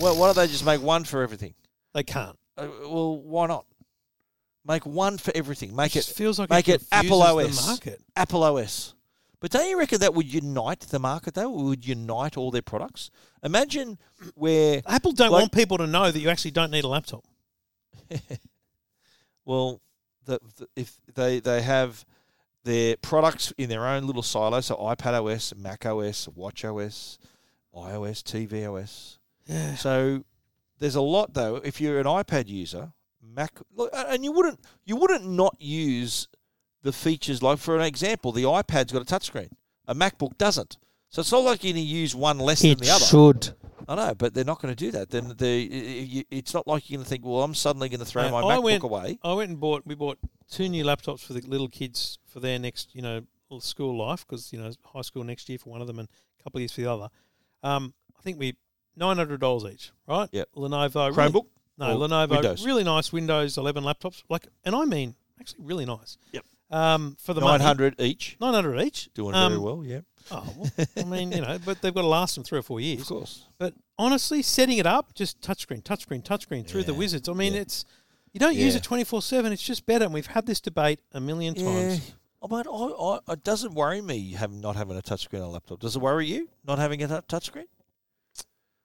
Speaker 2: Well, why don't they just make one for everything?
Speaker 1: they can't.
Speaker 2: Uh, well, why not? Make one for everything. Make
Speaker 1: just
Speaker 2: it
Speaker 1: feels like it
Speaker 2: make it Apple
Speaker 1: confuses
Speaker 2: OS.
Speaker 1: the market.
Speaker 2: Apple OS. But don't you reckon that would unite the market? That would unite all their products. Imagine where
Speaker 1: Apple don't
Speaker 2: Like-
Speaker 1: want people to know that you actually don't need a laptop.
Speaker 2: Well, the, the, if they they have their products in their own little silo, so iPad OS, Mac OS, Watch OS, iOS, TV OS. So there's a lot though. If you're an iPad user Mac. Look, a- and you wouldn't you wouldn't not use the features like for an example, the iPad's got a touchscreen. A MacBook doesn't. So it's not like you're going to use one less than the other.
Speaker 5: should.
Speaker 2: I know, but they're not going to do that. Then the you- it's not like you're going to think, well, I'm suddenly going to throw
Speaker 1: Mate,
Speaker 2: my
Speaker 1: I
Speaker 2: MacBook
Speaker 1: went,
Speaker 2: away.
Speaker 1: I went and bought. We bought two new laptops for the little kids for their next, you know, little school life because you know high school next year for one of them and a couple of years for the other. Um, I think we nine hundred dollars each, right?
Speaker 2: Yep.
Speaker 1: Lenovo really-
Speaker 2: Chromebook.
Speaker 1: no,
Speaker 2: or
Speaker 1: Lenovo.
Speaker 2: Windows?
Speaker 1: Really nice Windows eleven laptops. Like, and I mean, actually, really nice.
Speaker 2: Yep.
Speaker 1: Um, for the
Speaker 2: Nine hundred each.
Speaker 1: Nine hundred each.
Speaker 2: Doing
Speaker 1: Um,
Speaker 2: very well, yeah.
Speaker 1: Oh,
Speaker 2: *laughs*
Speaker 1: well, I mean, you know, but they've got to last them three or four years.
Speaker 2: Of course.
Speaker 1: But honestly, setting it up, just touchscreen, touchscreen, touchscreen through the
Speaker 2: Yeah,
Speaker 1: wizards. I mean,
Speaker 2: yeah.
Speaker 1: it's you don't use
Speaker 2: Yeah.
Speaker 1: it twenty four seven. It's just better, and we've had this debate a million times.
Speaker 2: I mean, I, I, it doesn't worry me having not having a touchscreen on a laptop. Does it worry you not having a tou- touchscreen?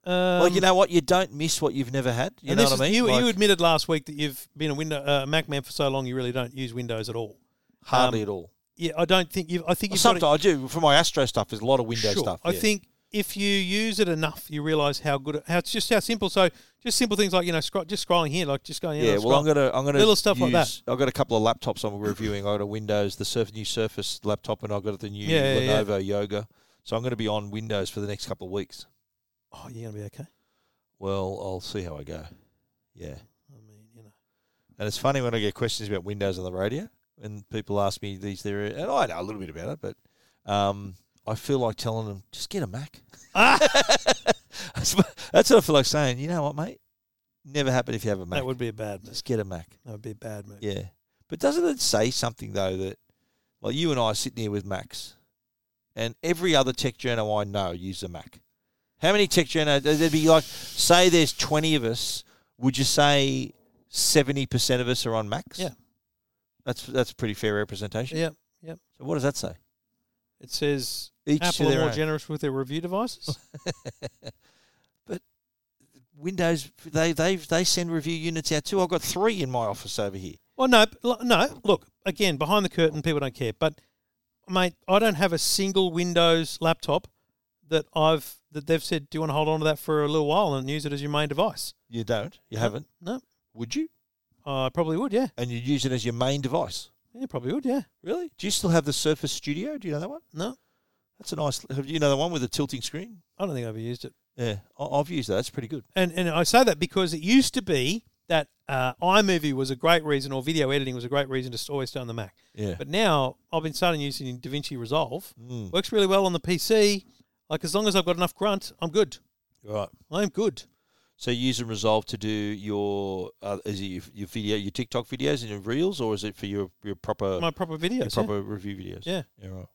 Speaker 1: Um,
Speaker 2: well, you know what? You don't miss what you've never had. You
Speaker 1: and
Speaker 2: know
Speaker 1: this
Speaker 2: what I
Speaker 1: is-
Speaker 2: mean?
Speaker 1: You,
Speaker 2: Like,
Speaker 1: you admitted last week that you've been a window uh, Mac man for so long, you really don't use Windows at all.
Speaker 2: hardly at all.
Speaker 1: Yeah, I don't think you. I think um, you've got
Speaker 2: Sometimes I do. For my Astro stuff, there's a lot of
Speaker 1: to-
Speaker 2: window
Speaker 1: sure.
Speaker 2: stuff.
Speaker 1: I
Speaker 2: yeah.
Speaker 1: think if you use it enough, you realise how good, how it's just how simple. So just simple things like you know, scroll, just scrolling here, like just going.
Speaker 2: Yeah,
Speaker 1: scroll.
Speaker 2: well, I'm gonna, I'm gonna
Speaker 1: Little stuff like that.
Speaker 2: use- I've got a couple of laptops I'm reviewing. I got a Windows, the surf, new Surface laptop, and I have got the new
Speaker 1: Yeah, yeah, yeah.
Speaker 2: Lenovo Yoga. So I'm gonna be on Windows for the next couple of weeks.
Speaker 1: Oh, you're gonna be okay.
Speaker 2: Well, I'll see how I go. Yeah,
Speaker 1: I mean, *laughs* you know,
Speaker 2: and it's funny when I get questions about Windows on the radio, and people ask me these there, and I know a little bit about it, but um, I feel like telling them just get a Mac. *laughs*
Speaker 1: Ah!
Speaker 2: that's, what, that's what I feel like saying. You know what, mate? Never happen if you have a Mac.
Speaker 1: that would be a bad move.
Speaker 2: just get a Mac.
Speaker 1: That would be a bad move.
Speaker 2: Yeah. But doesn't it say something though that like you and I are sitting here with Macs and every other tech journo I know use a Mac. How many tech journos there'd be like say there's twenty of us, would you say seventy percent of us are on Macs?
Speaker 1: Yeah.
Speaker 2: That's that's a pretty fair representation.
Speaker 1: Yep, yep.
Speaker 2: So what does that say?
Speaker 1: It says
Speaker 2: Each to
Speaker 1: Apple are
Speaker 2: their
Speaker 1: more
Speaker 2: own.
Speaker 1: generous with their review
Speaker 2: *laughs*
Speaker 1: devices.
Speaker 2: Windows they they they send review units out too. I've got three in my office over here.
Speaker 1: well, no, but lo- no. Look again behind the curtain. People don't care, but mate, I don't have a single Windows laptop that I've that they've said, "Do you want to hold on to that for a little while and use it as your main device?"
Speaker 2: You don't? You haven't?
Speaker 1: No,
Speaker 2: Would you?
Speaker 1: I probably would. Yeah,
Speaker 2: And you use it as your main device.
Speaker 1: yeah, probably would. Yeah,
Speaker 2: Really? Do you still have the Surface Studio? Do you know that one?
Speaker 1: no,
Speaker 2: That's a nice. Have you know the one with the tilting screen?
Speaker 1: I don't think I've ever used it.
Speaker 2: Yeah, I- I've used that. That's pretty good.
Speaker 1: And and I say that because it used to be that uh, iMovie was a great reason, or video editing was a great reason to always stay on the Mac.
Speaker 2: Yeah.
Speaker 1: But now I've been starting using DaVinci Resolve.
Speaker 2: Mm.
Speaker 1: Works really well on the PC. Like as long as I've got enough grunt, I'm good.
Speaker 2: Right.
Speaker 1: I'm good.
Speaker 2: So you use and Resolve to do your uh, is it your, your video, your TikTok videos and your reels, or is it for your your proper
Speaker 1: My proper videos.
Speaker 2: your
Speaker 1: yeah.
Speaker 2: proper review videos?
Speaker 1: Yeah.
Speaker 2: Yeah. Right.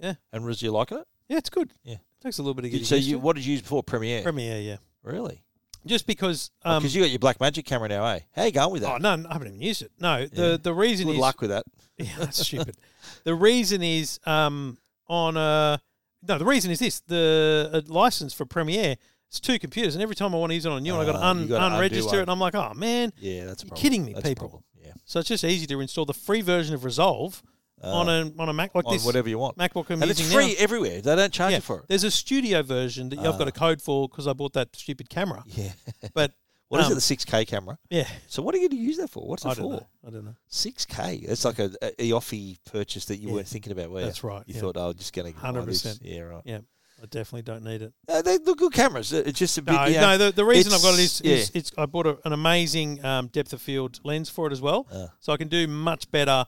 Speaker 1: Yeah.
Speaker 2: And Riz, you liking it?
Speaker 1: Yeah, it's good.
Speaker 2: Yeah.
Speaker 1: takes a little bit of getting
Speaker 2: so
Speaker 1: used
Speaker 2: you
Speaker 1: to.
Speaker 2: what did you use before Premiere?
Speaker 1: Premiere, yeah.
Speaker 2: really?
Speaker 1: Just because. Um,
Speaker 2: Because Oh, you got your Black Magic camera now, eh? How you going with that?
Speaker 1: oh no, I haven't even used it. No,
Speaker 2: Yeah.
Speaker 1: the the reason
Speaker 2: good
Speaker 1: is
Speaker 2: luck with that.
Speaker 1: *laughs*
Speaker 2: *laughs*
Speaker 1: yeah, that's stupid. The reason is um on a no. The reason is this: the uh, license for Premiere. It's two computers, and every time I want to use it on a new one, I got to
Speaker 2: Ah, you
Speaker 1: un-
Speaker 2: gotta undo
Speaker 1: unregister
Speaker 2: one.
Speaker 1: it, and I'm like, oh man.
Speaker 2: Yeah, that's a
Speaker 1: You're
Speaker 2: problem.
Speaker 1: kidding me,
Speaker 2: That's a
Speaker 1: people.
Speaker 2: problem. Yeah.
Speaker 1: So it's just easy to install the free version of Resolve on a on a Mac like
Speaker 2: Uh, On
Speaker 1: this
Speaker 2: whatever you want.
Speaker 1: MacBook I'm
Speaker 2: and it's
Speaker 1: using
Speaker 2: free
Speaker 1: now.
Speaker 2: everywhere. They don't charge
Speaker 1: Yeah,
Speaker 2: you for it. Ah.
Speaker 1: There's a studio version that I've got a code for because I bought that stupid camera.
Speaker 2: *laughs* Yeah.
Speaker 1: But
Speaker 2: What is
Speaker 1: um,
Speaker 2: it? The six K camera.
Speaker 1: Yeah,
Speaker 2: So what are you going to use that for? What's
Speaker 1: I
Speaker 2: it
Speaker 1: don't
Speaker 2: for?
Speaker 1: know. I don't know.
Speaker 2: Six K. It's like a, a EOFI purchase that you
Speaker 1: Yeah.
Speaker 2: weren't thinking about. Were you?
Speaker 1: That's right,
Speaker 2: You
Speaker 1: yeah.
Speaker 2: thought, oh, just going to
Speaker 1: 100%.
Speaker 2: Yeah, right.
Speaker 1: Yeah, I definitely don't need it.
Speaker 2: Uh, they look good cameras. Uh, It's just a bit.
Speaker 1: No,
Speaker 2: yeah.
Speaker 1: no. The, the reason I've got it is,
Speaker 2: It's- yeah.
Speaker 1: is it's I bought a, an amazing um, depth of field lens for it as well,
Speaker 2: Ah.
Speaker 1: so I can do much better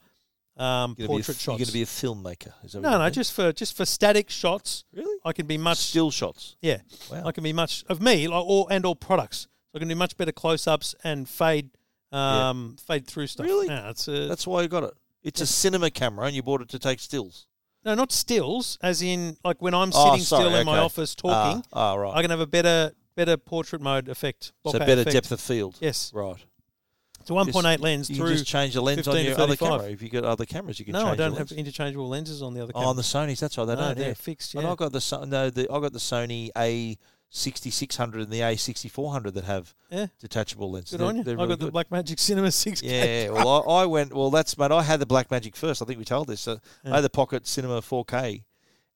Speaker 1: um,
Speaker 2: You're gonna be a
Speaker 1: portrait
Speaker 2: f-
Speaker 1: shots.
Speaker 2: You're going to be a filmmaker. Is that what
Speaker 1: no, no,
Speaker 2: you're *laughs* gonna
Speaker 1: just for just for static shots,
Speaker 2: be? really
Speaker 1: I can be much
Speaker 2: still shots.
Speaker 1: Yeah,
Speaker 2: Wow.
Speaker 1: I can be much of me like, or and all products. So I can do much better close-ups and fade, um, fade through stuff.
Speaker 2: Really?
Speaker 1: No, it's a,
Speaker 2: That's why you got it. It's a cinema camera, and you bought it to take stills.
Speaker 1: no, not stills. As in, like when I'm
Speaker 2: Oh,
Speaker 1: sitting still
Speaker 2: sorry,
Speaker 1: in my
Speaker 2: okay.
Speaker 1: office talking,
Speaker 2: Ah, ah,
Speaker 1: I
Speaker 2: right.
Speaker 1: can have a better, better portrait mode effect.
Speaker 2: so
Speaker 1: bokeh
Speaker 2: better
Speaker 1: effect.
Speaker 2: depth of field.
Speaker 1: Yes,
Speaker 2: Right.
Speaker 1: it's a 1.8 lens
Speaker 2: You
Speaker 1: through.
Speaker 2: can just change the lens on
Speaker 1: 15 to
Speaker 2: your other
Speaker 1: 35.
Speaker 2: camera. If you got other cameras, you can
Speaker 1: no,
Speaker 2: change.
Speaker 1: I
Speaker 2: the
Speaker 1: don't have
Speaker 2: lens.
Speaker 1: interchangeable lenses on the other
Speaker 2: Oh,
Speaker 1: camera.
Speaker 2: on the Sony's. That's right. They
Speaker 1: no,
Speaker 2: don't.
Speaker 1: they're
Speaker 2: yeah.
Speaker 1: fixed.
Speaker 2: And
Speaker 1: yeah.
Speaker 2: I got the Son- no, the I got the Sony A sixty six hundred and the A sixty four hundred that have
Speaker 1: Yeah.
Speaker 2: detachable lenses.
Speaker 1: good
Speaker 2: They're-
Speaker 1: on you.
Speaker 2: they're
Speaker 1: I
Speaker 2: really
Speaker 1: got the Blackmagic Cinema *laughs* 6K.
Speaker 2: yeah, yeah, well, I, I went. Well, that's mate. I had the Black Magic first. I think we told this. So
Speaker 1: Yeah.
Speaker 2: I had the Pocket Cinema 4K,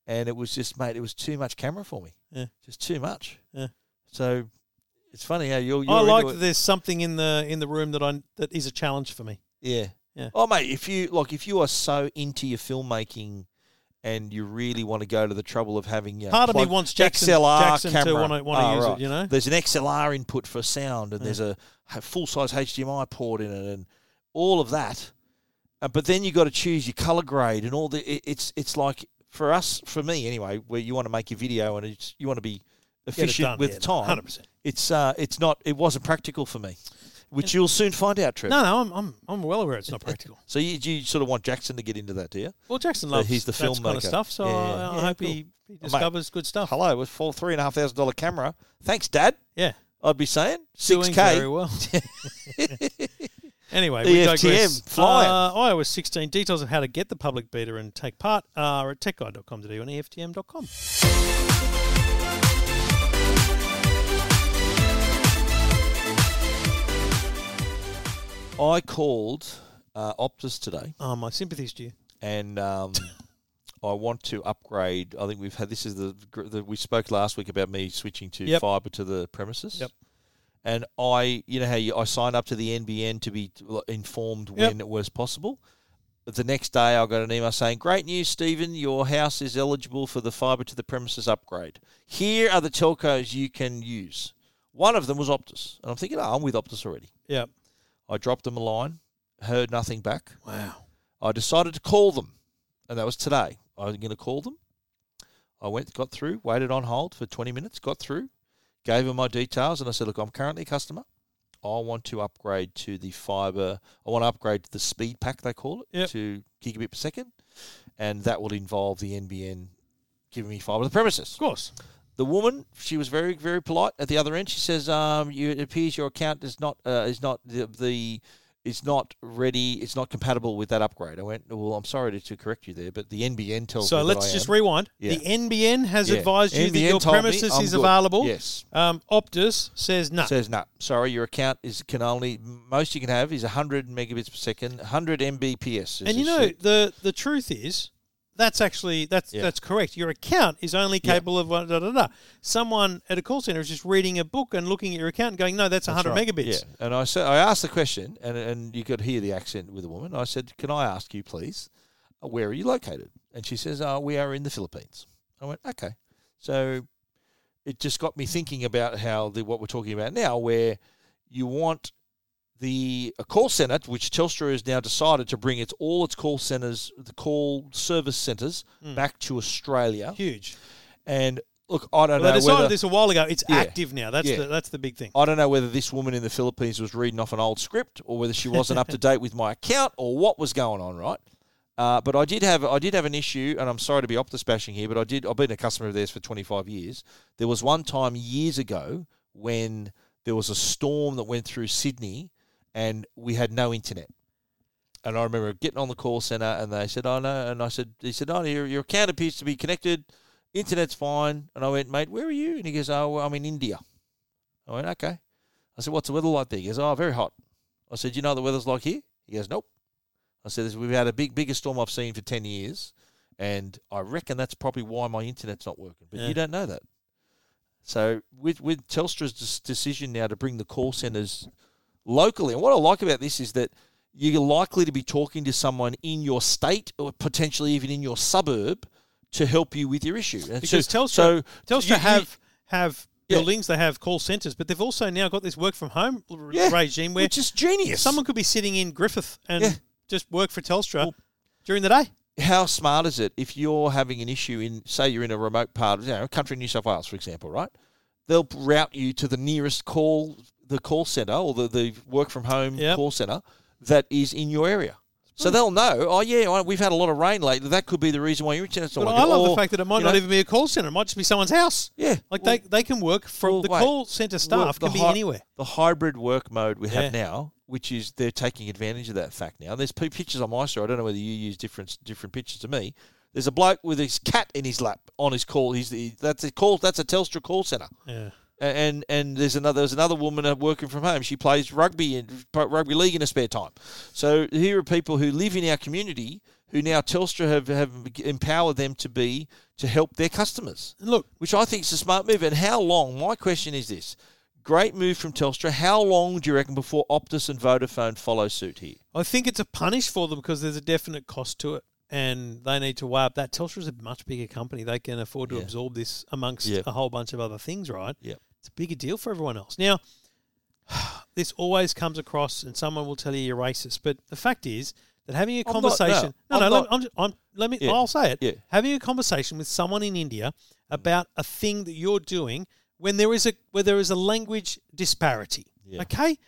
Speaker 2: and it was just, mate, it was too much camera for me.
Speaker 1: Yeah.
Speaker 2: just too much.
Speaker 1: Yeah.
Speaker 2: So It's funny how you're. you're
Speaker 1: I like
Speaker 2: into
Speaker 1: that there's something in the in the room that I that is a challenge for me.
Speaker 2: Yeah.
Speaker 1: Yeah.
Speaker 2: Oh, mate, if you like, if you are so into your filmmaking, and you really want to go to the trouble of having, you know,
Speaker 1: Part of me
Speaker 2: plug-
Speaker 1: wants Jackson-
Speaker 2: XLR
Speaker 1: Jackson to
Speaker 2: camera.
Speaker 1: wanna- wanna
Speaker 2: Ah,
Speaker 1: use it,
Speaker 2: right.
Speaker 1: you know?
Speaker 2: there's an XLR input for sound, and there's a, full size HDMI port in it, and all of that. Uh, but then you got to choose your color grade and all the. It, it's it's like for us, for me anyway, where you want to make your video and it's, you want to be
Speaker 1: Get it
Speaker 2: efficient
Speaker 1: done,
Speaker 2: with
Speaker 1: yeah,
Speaker 2: time.
Speaker 1: 100%.
Speaker 2: It's uh, it's not. It wasn't practical for me, which you'll soon find out, Trip.
Speaker 1: No, no, I'm I'm, I'm well aware *laughs* it's not practical.
Speaker 2: So you, you sort of want Jackson to get into that, do you?
Speaker 1: Well, Jackson
Speaker 2: So
Speaker 1: loves
Speaker 2: he's the
Speaker 1: that kind
Speaker 2: filmmaker.
Speaker 1: of stuff, so
Speaker 2: Yeah,
Speaker 1: I,
Speaker 2: yeah.
Speaker 1: I
Speaker 2: Yeah,
Speaker 1: hope
Speaker 2: cool.
Speaker 1: he, he discovers good stuff.
Speaker 2: Hello, with full three and a half thousand dollar camera. Thanks, Dad.
Speaker 1: Yeah,
Speaker 2: I'd be saying six
Speaker 1: doing very
Speaker 2: k. *laughs*
Speaker 1: well. anyway, we
Speaker 2: EFTM,
Speaker 1: digress.
Speaker 2: flying.
Speaker 1: Uh, Iowa 16. Details of how to get the public beta and take part are at techguide.com today on EFTM.com.
Speaker 2: I called uh, Optus today,
Speaker 1: Oh, my sympathies to you.
Speaker 2: and um,
Speaker 1: *laughs*
Speaker 2: I want to upgrade. I think we've had this is the, gr- the we spoke last week about me switching to
Speaker 1: Yep.
Speaker 2: fibre to the premises.
Speaker 1: Yep.
Speaker 2: And I, you know how you, I signed up to the NBN to be like, informed
Speaker 1: Yep.
Speaker 2: when it was possible. But the next day, I got an email saying, "Great news, Stephen! Your house is eligible for the fibre to the premises upgrade. Here are the telcos you can use." One of them was Optus, and I'm thinking, "Oh, I'm with Optus already."
Speaker 1: Yeah.
Speaker 2: I dropped them a line, heard nothing back.
Speaker 1: Wow.
Speaker 2: I decided to call them, and that was today. I was going to call them. I went, got through, waited on hold for 20 minutes, got through, gave them my details, and I said, Look, I'm currently a customer. I want to upgrade to the fiber. I want to upgrade to the speed pack, they call it,
Speaker 1: Yep.
Speaker 2: to gigabit per second. And that will involve the NBN giving me fiber to the premises.
Speaker 1: Of course.
Speaker 2: The woman, she was very, very polite at the other end. She says, um, you, "It appears your account is not uh, is not the, the is not ready. It's not compatible with that upgrade." I went, "Well, I'm sorry to, to correct you there, but the NBN tells me."
Speaker 1: So
Speaker 2: that
Speaker 1: let's
Speaker 2: I
Speaker 1: just
Speaker 2: am."
Speaker 1: rewind.
Speaker 2: Yeah.
Speaker 1: The NBN has
Speaker 2: Yeah.
Speaker 1: advised you that
Speaker 2: NBN
Speaker 1: your
Speaker 2: told me
Speaker 1: premises
Speaker 2: I'm
Speaker 1: is
Speaker 2: good.
Speaker 1: available.
Speaker 2: Yes.
Speaker 1: Um, Optus says no.
Speaker 2: says no. Sorry, your account is can only most you can have is 100 megabits per second, 100 mbps. is
Speaker 1: and you
Speaker 2: the
Speaker 1: know
Speaker 2: shit.
Speaker 1: the the truth is that's actually that's
Speaker 2: Yeah.
Speaker 1: that's correct. Your account is only
Speaker 2: Yeah.
Speaker 1: capable of one- da, da, da. someone at a call center is just reading a book and looking at your account and going, no, that's, 100
Speaker 2: right.
Speaker 1: megabits.
Speaker 2: Yeah. And I said, I asked the question, and and you could hear the accent with the woman. I said, "Can I ask you, please, uh, where are you located?" And she says, "Oh, we are in the Philippines." I went, "Okay." So it just got me thinking about how the what we're talking about now, where you want the a call center, which Telstra has now decided to bring its all its call centers, the call service centers,
Speaker 1: Hmm.
Speaker 2: back to Australia.
Speaker 1: Huge.
Speaker 2: And look, I
Speaker 1: Well,
Speaker 2: don't
Speaker 1: they
Speaker 2: know
Speaker 1: decided
Speaker 2: whether
Speaker 1: this a while ago. It's
Speaker 2: Yeah.
Speaker 1: active now. That's
Speaker 2: Yeah. Oh,
Speaker 1: the that's the big thing.
Speaker 2: I don't know whether this woman in the Philippines was reading off an old script or whether she wasn't up to date with my account or what was going on, right? Uh, but I did have I did have an issue, and I'm sorry to be Optus bashing here, but I did I've been a customer of theirs for 25 years. There was one time years ago when there was a storm that went through Sydney, and we had no internet. And I remember getting on the call center, and they said, "Oh no," and I said, "He said, oh, your your account appears to be connected, internet's fine." And I went, "Mate, where are you?" And he goes, "Oh, well, I'm in India." I went, okay. I said, what's the weather like there? He goes, oh, very hot. I said, you know what the weather's like here? He goes, nope. I said, we've had a big, biggest storm I've seen for 10 years. And I reckon that's probably why my internet's not working. But
Speaker 1: Yeah.
Speaker 2: you don't know that. So with, with Telstra's des- decision now to bring the call centres locally, and what I like about this is that you're likely to be talking to someone in your state or potentially even in your suburb to help you with your issue. And
Speaker 1: Because
Speaker 2: so,
Speaker 1: Telstra,
Speaker 2: so
Speaker 1: Telstra
Speaker 2: you- you-
Speaker 1: have have
Speaker 2: Yeah.
Speaker 1: buildings, they have call centers, but they've also now got this work from home r-
Speaker 2: Yeah,
Speaker 1: regime where
Speaker 2: which is genius.
Speaker 1: someone could be sitting in Griffith and
Speaker 2: Yeah.
Speaker 1: just work for Telstra
Speaker 2: Well-
Speaker 1: during the day.
Speaker 2: how smart is it if you're having an issue in, say, you're in a remote part of you know, country New South Wales, for example, right? They'll route you to the nearest call, the call centre or the, the work from home
Speaker 1: Yep. Hmm.
Speaker 2: call centre that is in your area. So they'll know. Oh yeah, well, we've had a lot of rain lately. That could be the reason why your internet's not
Speaker 1: But
Speaker 2: working.
Speaker 1: I love the
Speaker 2: Or,
Speaker 1: fact that it might
Speaker 2: you
Speaker 1: not
Speaker 2: know,
Speaker 1: even be a call center; it might just be someone's house.
Speaker 2: Yeah,
Speaker 1: like
Speaker 2: well-
Speaker 1: they they can work from
Speaker 2: Well,
Speaker 1: the
Speaker 2: wait.
Speaker 1: call center staff can
Speaker 2: Well, the
Speaker 1: be
Speaker 2: hy-
Speaker 1: anywhere.
Speaker 2: The hybrid work mode we have
Speaker 1: Yeah.
Speaker 2: now, which is they're taking advantage of that fact now. There's p- pictures on my store. I don't know whether you use different different pictures to me. There's a bloke with his cat in his lap on his call. He's he, that's a call. That's a Telstra call center.
Speaker 1: Yeah.
Speaker 2: A- And and there's another there's another woman uh, working from home. She plays rugby and rugby league in her spare time. So here are people who live in our community who now Telstra have, have empowered them to be to help their customers
Speaker 1: And look,
Speaker 2: which I think is a smart move. And how long? My question is this: Great move from Telstra. How long do you reckon before Optus and Vodafone follow suit here?
Speaker 1: I think it's a punish for them because there's a definite cost to it, and they need to weigh up that. Telstra's a much bigger company; they can afford to
Speaker 2: Yeah.
Speaker 1: absorb this amongst
Speaker 2: Yeah.
Speaker 1: a whole bunch of other things, right?
Speaker 2: Yep.
Speaker 1: It's a bigger deal for everyone else. Now, *sighs* this always comes across, and someone will tell you you're racist, but the fact is that having a
Speaker 2: I'm not- no,
Speaker 1: conversation.
Speaker 2: I'm
Speaker 1: no,
Speaker 2: not.
Speaker 1: let, I'm, just- I'm, let me.
Speaker 2: Yeah.
Speaker 1: I'll say it.
Speaker 2: Yeah. Mm.
Speaker 1: Having a conversation with someone in India about a thing that you're doing when there is a where there is a language disparity.
Speaker 2: Yeah.
Speaker 1: Okay,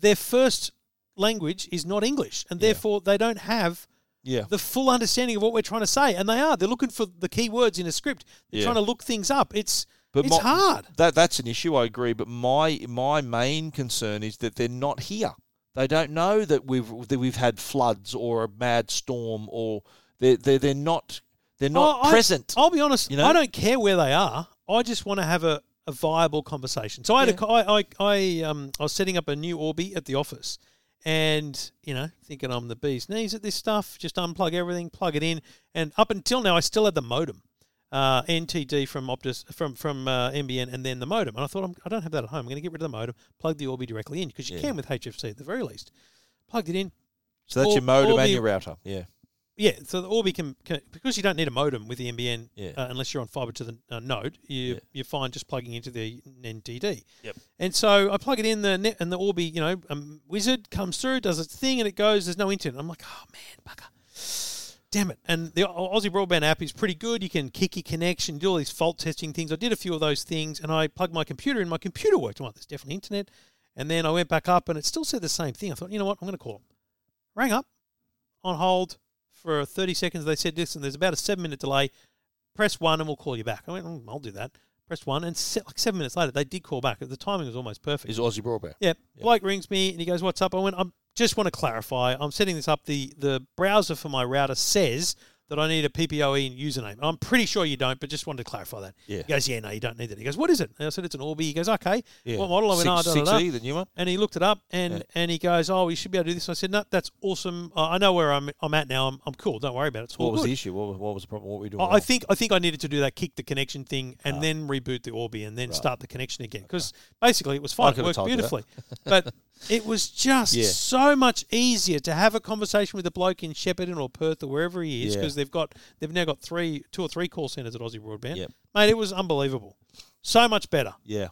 Speaker 1: their first language is not English, and therefore they don't have
Speaker 2: Yeah.
Speaker 1: the full understanding of what we're trying to say. And they are they're looking for the key words in a script. They're
Speaker 2: Yeah.
Speaker 1: trying to look things up. It's
Speaker 2: But
Speaker 1: it's
Speaker 2: my-
Speaker 1: hard.
Speaker 2: That that's an issue. I agree. But my my main concern is that they're not here. They don't know that we've that we've had floods or a mad storm or they're they're, they're not they're not
Speaker 1: Oh, I- I-
Speaker 2: present.
Speaker 1: I'll be honest.
Speaker 2: you know?
Speaker 1: I don't care where they are. I just want to have a, a viable conversation. So I had a
Speaker 2: Yeah.
Speaker 1: co- I I I, um, I was setting up a new Orbi at the office, and you know, thinking I'm the bee's knees at this stuff. Just unplug everything, plug it in, and up until now, I still had the modem, uh, NTD from Optus from from uh, NBN, and then the modem. And I thought I'm, I don't have that at home. I'm going to get rid of the modem, plug the Orbi directly in because you
Speaker 2: Yeah.
Speaker 1: can with HFC at the very least. Plugged it in,
Speaker 2: so that's
Speaker 1: or-
Speaker 2: your modem
Speaker 1: or
Speaker 2: and
Speaker 1: the-
Speaker 2: your router. Yeah.
Speaker 1: yeah, so the Orbi can, can because you don't need a modem with the NBN
Speaker 2: Yeah.
Speaker 1: uh, unless you're on fiber to the uh, node. You
Speaker 2: Yeah.
Speaker 1: you're fine just plugging into the NDD.
Speaker 2: Yep.
Speaker 1: And so I plug it in the net, and the Orbi, you know, um, wizard comes through, does its thing, and it goes. There's no internet. I'm like, oh man, bugger. Damn it! And the Au- Aussie broadband app is pretty good. You can kick your connection, do all these fault testing things. I did a few of those things, and I plugged my computer in. My computer worked. I'm like, there's definitely internet. And then I went back up, and it still said the same thing. I thought, you know what? I'm going to call them. Rang up, on hold for 30 seconds. They said, listen, there's about a seven minute delay. Press one and we'll call you back. I went, "Mm, I'll do that. Press one. And se- like seven minutes later, they did call back. The timing was almost perfect.
Speaker 2: Is Aussie broadband.
Speaker 1: Yeah. Blake rings me and he goes, What's up? I went, I just want to clarify. I'm setting this up. The the browser for my router says that I need a PPOE E username. I'm pretty sure you don't, but just wanted to clarify that.
Speaker 2: Yeah.
Speaker 1: He goes, Yeah, no, you don't need that. He goes, What is it? And I said, It's an Orbi. He goes, Okay.
Speaker 2: Yeah.
Speaker 1: What model? I went,
Speaker 2: Six- E?
Speaker 1: oh, da, da, da."
Speaker 2: 6E, the new one.
Speaker 1: And he looked it up and,
Speaker 2: Yeah.
Speaker 1: and he goes, Oh, you should be able to do this. I said, No, that's awesome. Uh, I know where I'm, I'm at now. I'm, I'm cool. Don't worry about it. It's all
Speaker 2: What was
Speaker 1: good.
Speaker 2: the issue? What, was- what was the problem? What were we doing?
Speaker 1: I- I
Speaker 2: wrong?
Speaker 1: think I think I needed to do that kick the connection thing
Speaker 2: Ah.
Speaker 1: and then reboot the Orbi and then start the connection again because basically it was fine. It
Speaker 2: could've
Speaker 1: worked
Speaker 2: told you that.
Speaker 1: beautifully,
Speaker 2: *laughs*
Speaker 1: but it was just
Speaker 2: Yeah.
Speaker 1: so much easier to have a conversation with a bloke in Shepparton or Perth or wherever he is
Speaker 2: Yeah.
Speaker 1: because they've got they've now got three two or three call centers at Aussie Broadband.
Speaker 2: Yep.
Speaker 1: Mate, it was unbelievable. So much better.
Speaker 2: Yeah.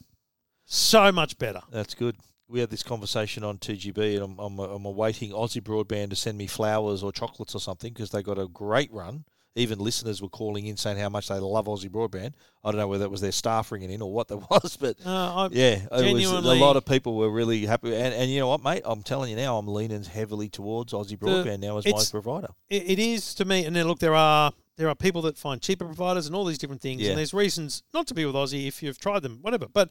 Speaker 1: So much better.
Speaker 2: That's good. We had this conversation on 2GB, and I'm, I'm, I'm awaiting Aussie Broadband to send me flowers or chocolates or something because they got a great run. Even listeners were calling in saying how much they love Aussie Broadband. I don't know whether it was their staff ringing in or what *laughs* that was, but
Speaker 1: Uh, I,
Speaker 2: yeah, it was, a
Speaker 1: Genuinely-
Speaker 2: lot of people were really happy. And, and you know what, mate? I'm telling you now, I'm leaning heavily towards Aussie Broadband now as my
Speaker 1: it's-
Speaker 2: provider.
Speaker 1: it, it is to me. And then look, there are there are people that find cheaper providers and all these different things.
Speaker 2: Yeah.
Speaker 1: And there's reasons not to be with Aussie if you've tried them, whatever. But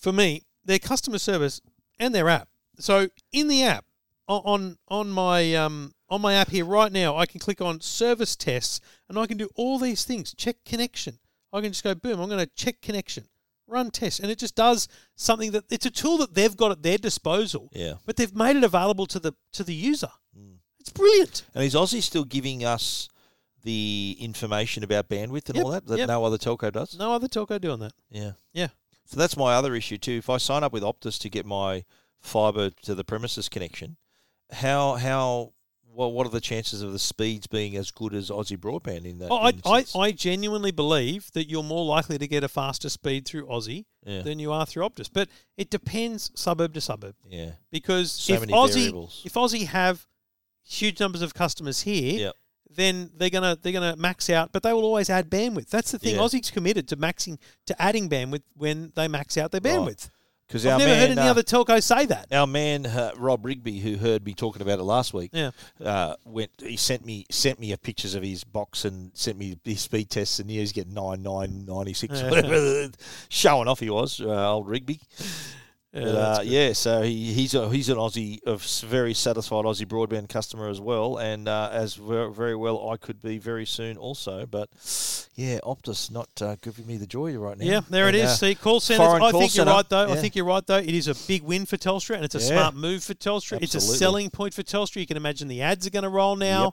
Speaker 1: for me, their customer service and their app. So in the app, o- on on my um on my app here right now, I can click on service tests and I can do all these things. Check connection. I can just go boom. I'm going to check connection. Run tests, and it just does something that it's a tool that they've got at their disposal.
Speaker 2: Yeah. Mm.
Speaker 1: but they've made it available to the to the user. It's brilliant.
Speaker 2: And is Aussie still giving us the information about bandwidth and
Speaker 1: Yep,
Speaker 2: all that that
Speaker 1: yep.
Speaker 2: no other telco does?
Speaker 1: No other telco doing that.
Speaker 2: Yeah.
Speaker 1: Yeah.
Speaker 2: So that's my other issue too. If I sign up with Optus to get my fibre to the premises connection, how how well what are the chances of the speeds being as good as Aussie broadband in that?
Speaker 1: Oh, I, I,
Speaker 2: instance?
Speaker 1: I genuinely believe that you're more likely to get a faster speed through Aussie
Speaker 2: Yeah.
Speaker 1: than you are through Optus. But it depends suburb to suburb
Speaker 2: yeah,
Speaker 1: because
Speaker 2: So
Speaker 1: if
Speaker 2: many
Speaker 1: Aussie
Speaker 2: variables.
Speaker 1: if Aussie have huge numbers of customers here,
Speaker 2: Yep.
Speaker 1: then they're gonna they're gonna max out. But they will always add bandwidth. That's the thing.
Speaker 2: Yeah.
Speaker 1: Aussie's committed to maxing to adding bandwidth when they max out their
Speaker 2: Right.
Speaker 1: bandwidth.
Speaker 2: because
Speaker 1: I've
Speaker 2: our
Speaker 1: never
Speaker 2: man,
Speaker 1: heard any
Speaker 2: uh,
Speaker 1: other telco say that.
Speaker 2: our man uh, Rob Rigby, who heard me talking about it last week,
Speaker 1: Yeah.
Speaker 2: uh, went. He sent me sent me a pictures of his box and sent me his speed tests, and he was getting nine nine ninety six, whatever, *laughs* showing off he was, uh, old Rigby.
Speaker 1: Yeah,
Speaker 2: But,
Speaker 1: that's
Speaker 2: uh, yeah, so he, he's a, he's an Aussie, a s- very satisfied Aussie broadband customer as well, and uh, as ver- very well I could be very soon also. But yeah, Optus not uh, giving me the joy right now.
Speaker 1: Yeah, there it
Speaker 2: And,
Speaker 1: is.
Speaker 2: uh,
Speaker 1: See, call centers. I
Speaker 2: foreign
Speaker 1: think
Speaker 2: call
Speaker 1: you're
Speaker 2: centre.
Speaker 1: right, though. I
Speaker 2: Yeah.
Speaker 1: think you're right, though. It is a big win for Telstra, and it's a
Speaker 2: Yeah.
Speaker 1: smart move for Telstra. It's a
Speaker 2: Absolutely.
Speaker 1: selling point for Telstra. You can imagine the ads are going to roll now.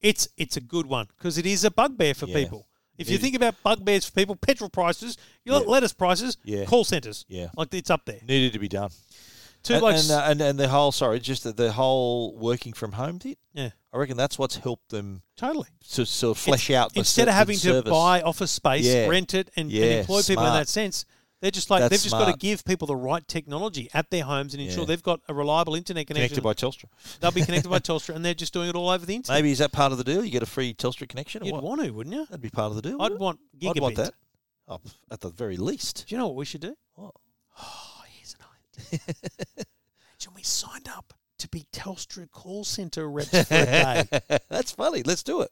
Speaker 1: It's it's a good one because it is a bugbear for
Speaker 2: Yeah.
Speaker 1: people. If you think about bugbears for people, petrol prices, you got
Speaker 2: Yeah.
Speaker 1: lettuce prices,
Speaker 2: Yeah.
Speaker 1: call centres.
Speaker 2: Yeah.
Speaker 1: Like it's up there.
Speaker 2: needed to be done.
Speaker 1: Two
Speaker 2: and,
Speaker 1: blokes.
Speaker 2: and, uh, and and the whole sorry, just the, the whole working from home bit.
Speaker 1: yeah,
Speaker 2: I reckon that's what's helped them
Speaker 1: totally.
Speaker 2: to sort of flesh out the
Speaker 1: Instead
Speaker 2: ser-
Speaker 1: of
Speaker 2: the
Speaker 1: having to
Speaker 2: service.
Speaker 1: buy office space,
Speaker 2: Yeah.
Speaker 1: rent it, and, and
Speaker 2: Yeah,
Speaker 1: employ people in
Speaker 2: smart.
Speaker 1: that sense, they're just like
Speaker 2: That's
Speaker 1: they've just got to
Speaker 2: smart.
Speaker 1: give people the right technology at their homes and ensure
Speaker 2: Yeah.
Speaker 1: they've got a reliable internet connection.
Speaker 2: connected by Telstra.
Speaker 1: They'll be connected by Telstra, and they're just doing it all over the internet.
Speaker 2: Maybe is that part of the deal? You get a free Telstra connection, or
Speaker 1: You'd
Speaker 2: what?
Speaker 1: want to, wouldn't you?
Speaker 2: That'd be part of the deal.
Speaker 1: I'd
Speaker 2: wouldn't
Speaker 1: want
Speaker 2: it?
Speaker 1: gigabit.
Speaker 2: I'd want that. Oh, p- at the very least. *laughs*
Speaker 1: Do you know what we should do?
Speaker 2: What?
Speaker 1: Oh, here's an idea. *laughs* Imagine we signed up to be Telstra call centre reps for
Speaker 2: *laughs*
Speaker 1: a day.
Speaker 2: That's funny. Let's do it.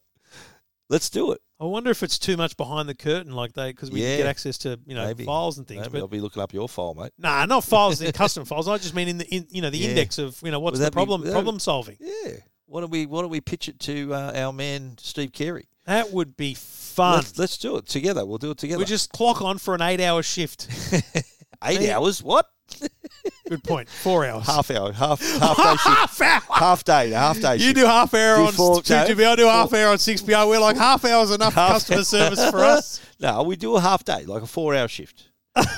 Speaker 2: Let's do it.
Speaker 1: I wonder if it's too much behind the curtain, like they, because we
Speaker 2: Yeah.
Speaker 1: get access to you know
Speaker 2: Maybe.
Speaker 1: files and things.
Speaker 2: Maybe I'll
Speaker 1: but
Speaker 2: be looking up your file, mate.
Speaker 1: nah, not files in custom files. I just mean in the in, you know the
Speaker 2: Yeah.
Speaker 1: index of you know what's
Speaker 2: Would
Speaker 1: the
Speaker 2: that be-
Speaker 1: problem
Speaker 2: that would-
Speaker 1: problem solving.
Speaker 2: Yeah. Why don't we Why don't we pitch it to uh, our man Steve Carey?
Speaker 1: That would be fun.
Speaker 2: Let's, let's do it together. We'll do it together.
Speaker 1: We just clock on for an eight-hour
Speaker 2: *laughs*
Speaker 1: shift.
Speaker 2: Eight hours? What?
Speaker 1: Good point. Four hours.
Speaker 2: Half hour. Half
Speaker 1: *laughs*
Speaker 2: half day shift.
Speaker 1: hour.
Speaker 2: half day. Half day.
Speaker 1: You
Speaker 2: shift.
Speaker 1: do half hour on
Speaker 2: Before- no,
Speaker 1: 2GB, I do half
Speaker 2: before-
Speaker 1: hour on 6PR. We're like, half hour's enough
Speaker 2: Half-
Speaker 1: customer service for
Speaker 2: *laughs*
Speaker 1: us.
Speaker 2: No, we do a half day, like a four hour shift. I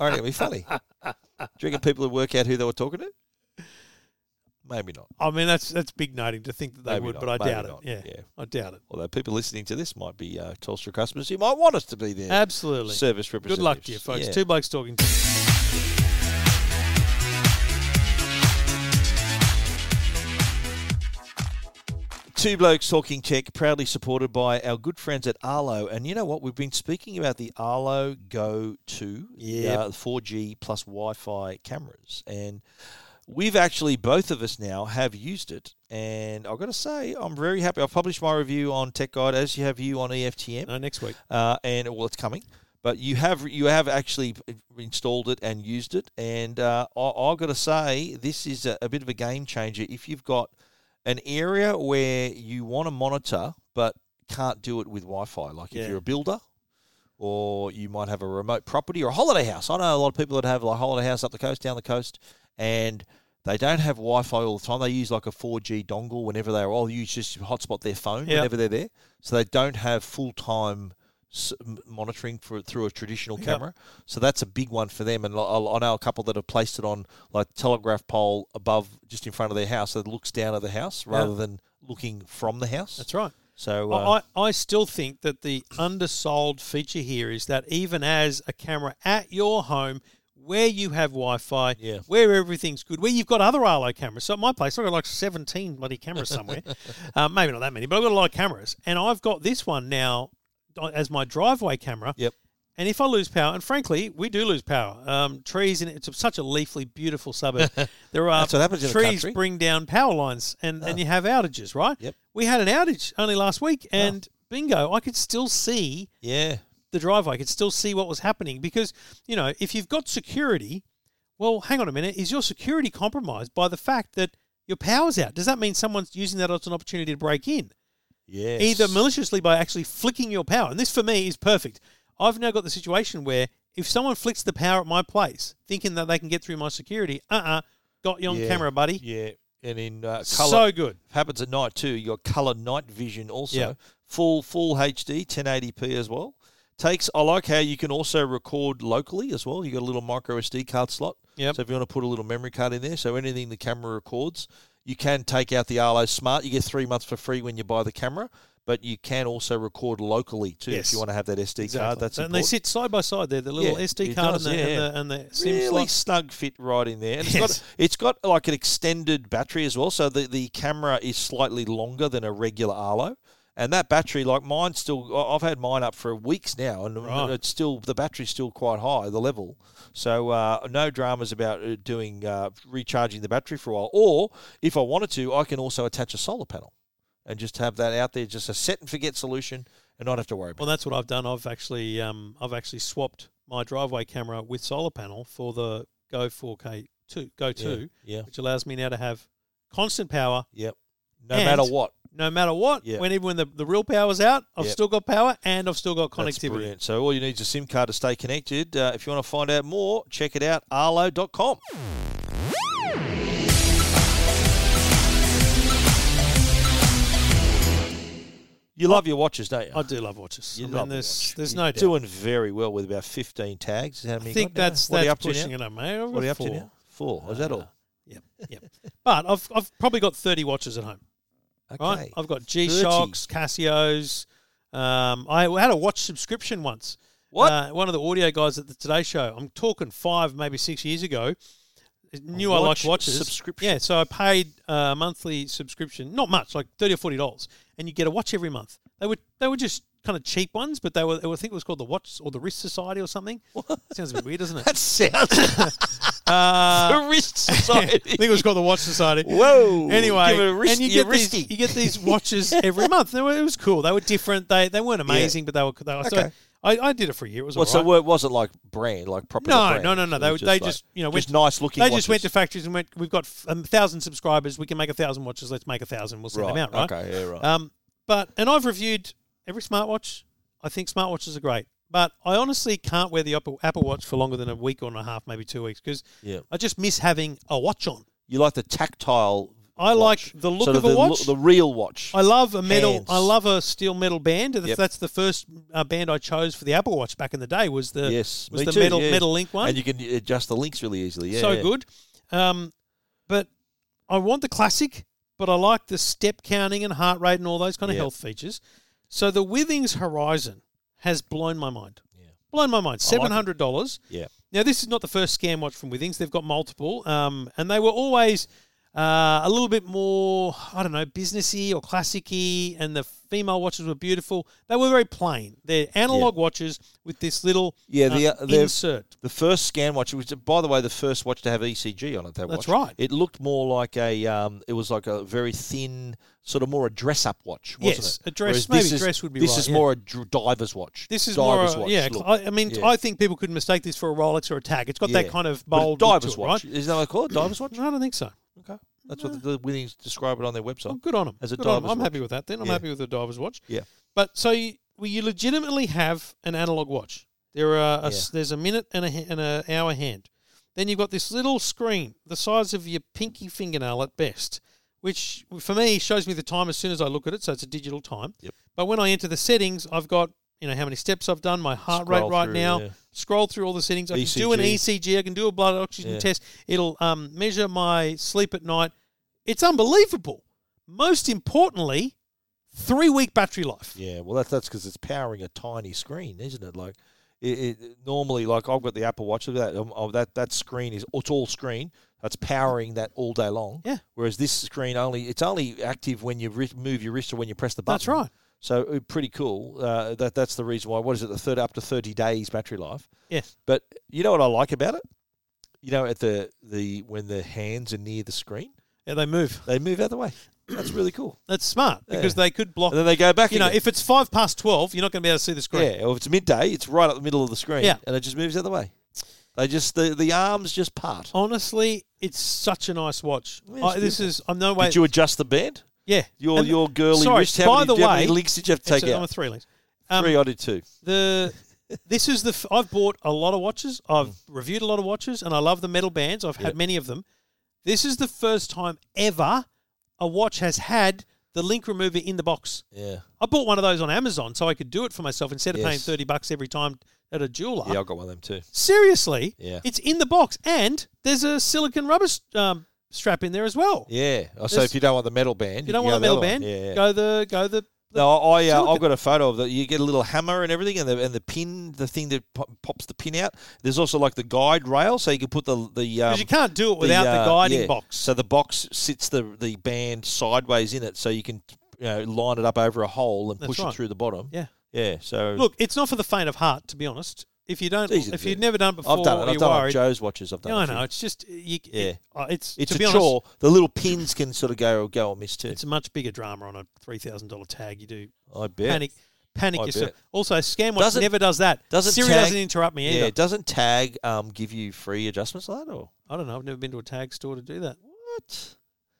Speaker 2: reckon it'd be funny. Do you reckon people would work out who they were talking to? Maybe not.
Speaker 1: I mean, that's that's big noting to think that they
Speaker 2: Maybe
Speaker 1: would,
Speaker 2: not,
Speaker 1: but I
Speaker 2: maybe
Speaker 1: doubt it.
Speaker 2: not,
Speaker 1: Yeah,
Speaker 2: yeah.
Speaker 1: I doubt it.
Speaker 2: Although people listening to this might be uh, Telstra customers who might want us to be their
Speaker 1: Absolutely.
Speaker 2: service
Speaker 1: Good
Speaker 2: representatives.
Speaker 1: luck to you, folks.
Speaker 2: Yeah.
Speaker 1: Two blokes talking.
Speaker 2: Two Blokes Talking Tech, proudly supported by our good friends at Arlo. And you know what? We've been speaking about the Arlo Go 2,
Speaker 1: Yep.
Speaker 2: uh, 4G plus Wi Fi cameras. And we've actually, both of us now, have used it. And I've got to say, I'm very happy. I've published my review on Tech Guide, as you have you on E EFTM
Speaker 1: No, next week.
Speaker 2: uh, and well, it's coming. But you have you have actually installed it and used it, and uh, I, I've got to say this is a, a bit of a game changer. If you've got an area where you want to monitor but can't do it with Wi-Fi, like
Speaker 1: Yeah.
Speaker 2: if you're a builder, or you might have a remote property or a holiday house. I know a lot of people that have like a holiday house up the coast, down the coast, and they don't have Wi-Fi all the time. They use like a 4G dongle whenever they are. Or use just hotspot their phone
Speaker 1: Yeah.
Speaker 2: whenever they're there, so they don't have full-time s- m- monitoring for through a traditional
Speaker 1: Yeah.
Speaker 2: camera. So that's a big one for them. And I, I know a couple that have placed it on like telegraph pole above, just in front of their house, so it looks down at the house rather than looking from the house.
Speaker 1: That's right.
Speaker 2: So uh,
Speaker 1: I, I I still think that the undersold feature here is that even as a camera at your home where you have Wi-Fi,
Speaker 2: Yeah.
Speaker 1: where everything's good, where you've got other Arlo cameras. So at my place, I've got like 17 bloody cameras somewhere.
Speaker 2: *laughs*
Speaker 1: um, maybe not that many, but I've got a lot of cameras. And I've got this one now uh, as my driveway camera.
Speaker 2: Yep.
Speaker 1: And if I lose power, and frankly, we do lose power. Um, trees in it's such a leafly, beautiful
Speaker 2: *laughs*
Speaker 1: suburb. there are
Speaker 2: That's what happens in the
Speaker 1: trees
Speaker 2: country. Ah.
Speaker 1: bring down power lines, and, and you have outages, right?
Speaker 2: Yep. Ah.
Speaker 1: We had an outage only last week, and bingo, I could still see
Speaker 2: yeah,
Speaker 1: the driveway. I could still see what was happening because you know if you've got security, well, hang on a minute, is your security compromised by the fact that your power's out? Does that mean someone's using that as an opportunity to break in?
Speaker 2: yeah,
Speaker 1: either maliciously by actually flicking your power. And this for me is perfect. I've now got the situation where if someone flicks the power at my place, thinking that they can get through my security, uh uh got you on
Speaker 2: Yeah.
Speaker 1: camera, buddy.
Speaker 2: yeah, and in uh, color.
Speaker 1: So good.
Speaker 2: happens at night too. You got color night vision also.
Speaker 1: Yeah.
Speaker 2: Full full HD, 1080p as well. Takes I like how you can also record locally as well. You got a little micro SD card slot.
Speaker 1: Yep.
Speaker 2: So if you want to put a little memory card in there, so anything the camera records, you can take out the Arlo Smart. You get three months for free when you buy the camera, but you can also record locally too
Speaker 1: Yes.
Speaker 2: if you want to have that SD card. That's
Speaker 1: and
Speaker 2: important.
Speaker 1: they sit side by side there, the little
Speaker 2: Yeah,
Speaker 1: SD
Speaker 2: it
Speaker 1: card
Speaker 2: does,
Speaker 1: and, the,
Speaker 2: yeah, yeah.
Speaker 1: and, the, and the SIM
Speaker 2: really
Speaker 1: slot.
Speaker 2: snug fit right in there. And it's
Speaker 1: Yes.
Speaker 2: got it's got like an extended battery as well, so the, the camera is slightly longer than a regular Arlo. And that battery, like mine's still, I- I've had mine up for weeks now, and
Speaker 1: Right.
Speaker 2: it's still the battery's still quite high, the level. So uh, no dramas about uh, doing uh, recharging the battery for a while. Or if I wanted to, I can also attach a solar panel, and just have that out there, just a set and forget solution, and not have to worry about.
Speaker 1: Well, that's what I've done. I've actually um, I've actually swapped my driveway camera with solar panel for the Go 4K 2, Go 2,
Speaker 2: Yeah.
Speaker 1: which allows me now to have constant power
Speaker 2: Yep. No
Speaker 1: And-
Speaker 2: matter what.
Speaker 1: no matter what.
Speaker 2: Yeah.
Speaker 1: When even when the, the real power's out, I've
Speaker 2: Yep.
Speaker 1: still got power and I've still got
Speaker 2: That's
Speaker 1: connectivity.
Speaker 2: brilliant. So all you need is a SIM card to stay connected. Uh, if you want to find out more, check it out, arlo.com. You love your watches, don't you?
Speaker 1: I do love watches.
Speaker 2: You
Speaker 1: I mean,
Speaker 2: love
Speaker 1: there's
Speaker 2: watch.
Speaker 1: there's
Speaker 2: You're
Speaker 1: no doubt.
Speaker 2: doing very well with about fifteen tags. How many?
Speaker 1: I
Speaker 2: you
Speaker 1: think
Speaker 2: got now?
Speaker 1: that's
Speaker 2: what are you
Speaker 1: that's
Speaker 2: up to
Speaker 1: pushing
Speaker 2: now?
Speaker 1: it up, mate. I've
Speaker 2: What are
Speaker 1: got four. Uh,
Speaker 2: you up to now? Four. Is that all?
Speaker 1: Yep, yep. but I've I've probably got thirty watches at home.
Speaker 2: Okay.
Speaker 1: Right, I've got G Shocks, Casios. Um, I had a watch subscription once.
Speaker 2: What?
Speaker 1: Uh, one of the audio guys at the Today Show. I'm talking five, maybe six years ago. Knew I
Speaker 2: watch
Speaker 1: liked watches.
Speaker 2: subscription?
Speaker 1: Yeah, so I paid uh, a monthly subscription, not much, like thirty or forty dollars, and you get a watch every month. They were they were just kind of cheap ones, but they were, they were I think it was called the Watch or the Wrist Society or something. Sounds a bit weird,
Speaker 2: *laughs*
Speaker 1: doesn't it?
Speaker 2: That *laughs* sounds
Speaker 1: Uh,
Speaker 2: the
Speaker 1: *laughs*
Speaker 2: wrist
Speaker 1: I
Speaker 2: society.
Speaker 1: think it was called the Watch Society.
Speaker 2: Whoa!
Speaker 1: Anyway,
Speaker 2: Give it a wrist,
Speaker 1: and you
Speaker 2: your
Speaker 1: get these,
Speaker 2: wristy.
Speaker 1: you get
Speaker 2: *laughs*
Speaker 1: these watches every month. They were, it was cool. They were different. They they weren't amazing, but they were. They were so
Speaker 2: Okay.
Speaker 1: I, I did it for a year. It was all
Speaker 2: Well, so
Speaker 1: right.
Speaker 2: what was it like brand, like proper?
Speaker 1: No,
Speaker 2: brand?
Speaker 1: no, no, no.
Speaker 2: It
Speaker 1: They-
Speaker 2: was
Speaker 1: they
Speaker 2: like-
Speaker 1: just, you know,
Speaker 2: just
Speaker 1: went-
Speaker 2: nice looking.
Speaker 1: they just went to
Speaker 2: watches.
Speaker 1: factories and went. We've got f- um, thousand subscribers. We can make a thousand watches. Let's make a thousand. We'll send
Speaker 2: right.
Speaker 1: them out, right?
Speaker 2: Okay, yeah, right.
Speaker 1: Um, but and I've reviewed every smartwatch. I think smartwatches are great, but I honestly can't wear the Apple, Apple Watch for longer than a week or and a half, maybe two weeks, because
Speaker 2: Yeah.
Speaker 1: I just miss having a watch on.
Speaker 2: you like the tactile.
Speaker 1: I
Speaker 2: watch.
Speaker 1: like the look
Speaker 2: Sort
Speaker 1: of a
Speaker 2: the lo-
Speaker 1: watch.
Speaker 2: the real watch.
Speaker 1: I love a metal.
Speaker 2: Hands.
Speaker 1: I love a steel metal band. and
Speaker 2: Yep.
Speaker 1: That's the first uh, band I chose for the Apple Watch back in the day. Was the
Speaker 2: yes,
Speaker 1: was
Speaker 2: me
Speaker 1: the
Speaker 2: too,
Speaker 1: metal
Speaker 2: yeah.
Speaker 1: metal link one?
Speaker 2: and you can adjust the links really easily. Yeah,
Speaker 1: so
Speaker 2: yeah.
Speaker 1: good. Um, but I want the classic, but I like the step counting and heart rate and all those kind of
Speaker 2: Yeah.
Speaker 1: health features. So the Withings Horizon has blown my mind.
Speaker 2: Yeah.
Speaker 1: Blown my mind. Seven hundred dollars.
Speaker 2: Yeah.
Speaker 1: Now this is not the first scam watch from Withings. They've got multiple, um, and they were always uh, a little bit more, I don't know, businessy or classicy. And the female watches were beautiful. They were very plain. They're analog watches with this little
Speaker 2: Yeah, the,
Speaker 1: uh,
Speaker 2: uh, they're-
Speaker 1: insert.
Speaker 2: The first scan watch, it was by the way, the first watch to have ECG on it. That
Speaker 1: That's
Speaker 2: watch.
Speaker 1: right.
Speaker 2: It looked more like a, um, it was like a very thin, sort of more a dress-up watch, wasn't
Speaker 1: Yes,
Speaker 2: it?
Speaker 1: a dress-
Speaker 2: Whereas
Speaker 1: maybe
Speaker 2: this is-
Speaker 1: dress would be
Speaker 2: This
Speaker 1: right,
Speaker 2: is
Speaker 1: yeah.
Speaker 2: more a dr- diver's watch.
Speaker 1: This is more,
Speaker 2: diver's
Speaker 1: a,
Speaker 2: watch.
Speaker 1: yeah.
Speaker 2: look.
Speaker 1: I, I mean,
Speaker 2: Yeah.
Speaker 1: I think people could mistake this for a Rolex or a Tag. It's got that
Speaker 2: Yeah.
Speaker 1: kind of
Speaker 2: But a
Speaker 1: bold look to
Speaker 2: diver's
Speaker 1: it,
Speaker 2: watch.
Speaker 1: right?
Speaker 2: Isn't that what they call it?
Speaker 1: *coughs*
Speaker 2: Diver's watch.
Speaker 1: No, I don't think so.
Speaker 2: Okay, that's what the, the winnings describe it on their website.
Speaker 1: Well, Oh, good on them.
Speaker 2: As a
Speaker 1: good on 'em.
Speaker 2: diver's
Speaker 1: I'm
Speaker 2: watch.
Speaker 1: happy with that. Then I'm
Speaker 2: Yeah.
Speaker 1: happy with the diver's watch.
Speaker 2: Yeah.
Speaker 1: But so you, well, you legitimately have an analog watch. There are a s there's a minute and a ha- and a hour hand. Then you've got this little screen the size of your pinky fingernail at best, which for me shows me the time as soon as I look at it. So it's a digital time.
Speaker 2: Yep.
Speaker 1: But when I enter the settings, I've got you know how many steps I've done, my heart
Speaker 2: Scroll
Speaker 1: rate right
Speaker 2: through,
Speaker 1: now.
Speaker 2: yeah.
Speaker 1: Scroll through all the settings. I can do an
Speaker 2: ECG.
Speaker 1: ECG. I can do a blood oxygen
Speaker 2: Yeah.
Speaker 1: test. It'll um, measure my sleep at night. It's unbelievable. Most importantly, three week battery life.
Speaker 2: Yeah, well, that's that's because it's powering a tiny screen, isn't it? Like, it, it normally, like I've got the Apple Watch. Look at that. Um, oh, that that screen is it's all screen. That's powering that all day long.
Speaker 1: Yeah.
Speaker 2: Whereas this screen only it's only active when you wri- move your wrist or when you press the button.
Speaker 1: That's right.
Speaker 2: So uh, pretty cool. Uh, that that's the reason why. What is it? The third up to thirty days battery life.
Speaker 1: Yeah.
Speaker 2: But you know what I like about it? You know, at the the when the hands are near the screen,
Speaker 1: Yeah, they move.
Speaker 2: they move out of the way. That's really cool.
Speaker 1: That's smart because
Speaker 2: Yeah.
Speaker 1: they could block.
Speaker 2: And then they go back.
Speaker 1: you know,
Speaker 2: again.
Speaker 1: if it's five past 12, you're not going to be able to see the screen.
Speaker 2: Yeah, or if it's midday, it's right up the middle of the screen.
Speaker 1: Yeah.
Speaker 2: And it just moves out of the way. They just the, the arms just part.
Speaker 1: Oh, Honestly, it's such a nice watch.
Speaker 2: Yeah,
Speaker 1: I, this
Speaker 2: it's beautiful.
Speaker 1: is, I'm no way.
Speaker 2: Did you adjust the band?
Speaker 1: yeah.
Speaker 2: Your
Speaker 1: And-
Speaker 2: your girly
Speaker 1: sorry,
Speaker 2: wrist. How
Speaker 1: by
Speaker 2: many,
Speaker 1: the
Speaker 2: do you have any
Speaker 1: way-
Speaker 2: links did you have to
Speaker 1: it's
Speaker 2: take
Speaker 1: a- I'm a
Speaker 2: out?
Speaker 1: three links. Um,
Speaker 2: Three, I did two.
Speaker 1: the
Speaker 2: *laughs*
Speaker 1: this is the f- I've bought a lot of watches.
Speaker 2: Hmm.
Speaker 1: I've reviewed a lot of watches, and I love the metal bands. I've had many of them. This is the first time ever a watch has had the link remover in the box.
Speaker 2: Yeah,
Speaker 1: I bought one of those on Amazon so I could do it for myself instead of paying
Speaker 2: Yes.
Speaker 1: thirty bucks every time at a jeweler.
Speaker 2: yeah, I got one of them too.
Speaker 1: Seriously,
Speaker 2: Yeah.
Speaker 1: it's in the box, and there's a silicon rubber s- um, strap in there as well.
Speaker 2: Yeah. Oh, so
Speaker 1: There's-
Speaker 2: if you don't want the metal band,
Speaker 1: If you don't
Speaker 2: can
Speaker 1: want a metal
Speaker 2: go the other
Speaker 1: band,
Speaker 2: one. Yeah, yeah.
Speaker 1: go the go the. the
Speaker 2: no, I uh,
Speaker 1: silicon.
Speaker 2: I've got a photo of that. You get a little hammer and everything, and the and the pin, the thing that pop, pops the pin out. There's also like the guide rail, so you can put the the. Um,
Speaker 1: because you can't do it without the,
Speaker 2: uh,
Speaker 1: guiding
Speaker 2: yeah.
Speaker 1: box.
Speaker 2: So the box sits the the band sideways in it, so you can you know, line it up over a hole and
Speaker 1: That's
Speaker 2: push
Speaker 1: right.
Speaker 2: it through the bottom.
Speaker 1: Yeah.
Speaker 2: yeah. So
Speaker 1: Look, it's not for the faint of heart, to be honest. If you don't,
Speaker 2: It's easy to
Speaker 1: if
Speaker 2: do.
Speaker 1: you've never done it before,
Speaker 2: I've done it.
Speaker 1: or
Speaker 2: I've
Speaker 1: you're
Speaker 2: done it.
Speaker 1: worried.
Speaker 2: Joe's watches. I've done.
Speaker 1: No,
Speaker 2: a
Speaker 1: I
Speaker 2: few.
Speaker 1: know. It's just you,
Speaker 2: Yeah.
Speaker 1: it- uh, it's
Speaker 2: It's
Speaker 1: to
Speaker 2: a
Speaker 1: be
Speaker 2: chore.
Speaker 1: honest,
Speaker 2: the little pins can sort of go go or miss too.
Speaker 1: it's a much bigger drama on a three thousand dollar tag. You do
Speaker 2: I bet.
Speaker 1: panic, panic
Speaker 2: I
Speaker 1: yourself.
Speaker 2: bet.
Speaker 1: Also, Scamwatch
Speaker 2: Doesn't-
Speaker 1: never does that.
Speaker 2: doesn't
Speaker 1: Siri
Speaker 2: tag-
Speaker 1: doesn't interrupt me either.
Speaker 2: Yeah. Doesn't tag um give you free adjustments like that or
Speaker 1: I don't know. I've never been to a tag store to do that.
Speaker 2: what?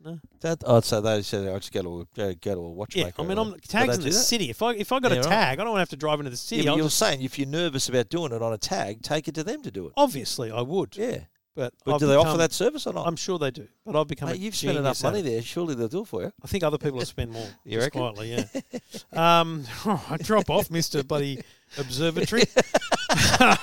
Speaker 1: No.
Speaker 2: That oh, so they said I just go to a, uh, go to a watchmaker.
Speaker 1: Yeah, I mean,
Speaker 2: or
Speaker 1: I'm
Speaker 2: whatever.
Speaker 1: tags
Speaker 2: They
Speaker 1: in
Speaker 2: do
Speaker 1: the
Speaker 2: that?
Speaker 1: city. If I if I got
Speaker 2: Yeah,
Speaker 1: a
Speaker 2: right.
Speaker 1: tag, I don't have to drive into the city.
Speaker 2: Yeah, but
Speaker 1: I'll
Speaker 2: you're
Speaker 1: just,
Speaker 2: saying if you're nervous about doing it on a tag, take it to them to do it.
Speaker 1: obviously, I would.
Speaker 2: Yeah.
Speaker 1: But,
Speaker 2: But
Speaker 1: I've
Speaker 2: do they offer
Speaker 1: become-
Speaker 2: that service or not?
Speaker 1: I'm sure they do. But I've become.
Speaker 2: Mate,
Speaker 1: a
Speaker 2: you've spent
Speaker 1: genius
Speaker 2: enough
Speaker 1: at
Speaker 2: money
Speaker 1: it.
Speaker 2: there. Surely they'll do it for you. *laughs*
Speaker 1: I think other people have spent more.
Speaker 2: You
Speaker 1: just
Speaker 2: reckon?
Speaker 1: Quietly, yeah. um, *laughs* I drop off, Mister
Speaker 2: *laughs*
Speaker 1: Buddy Observatory.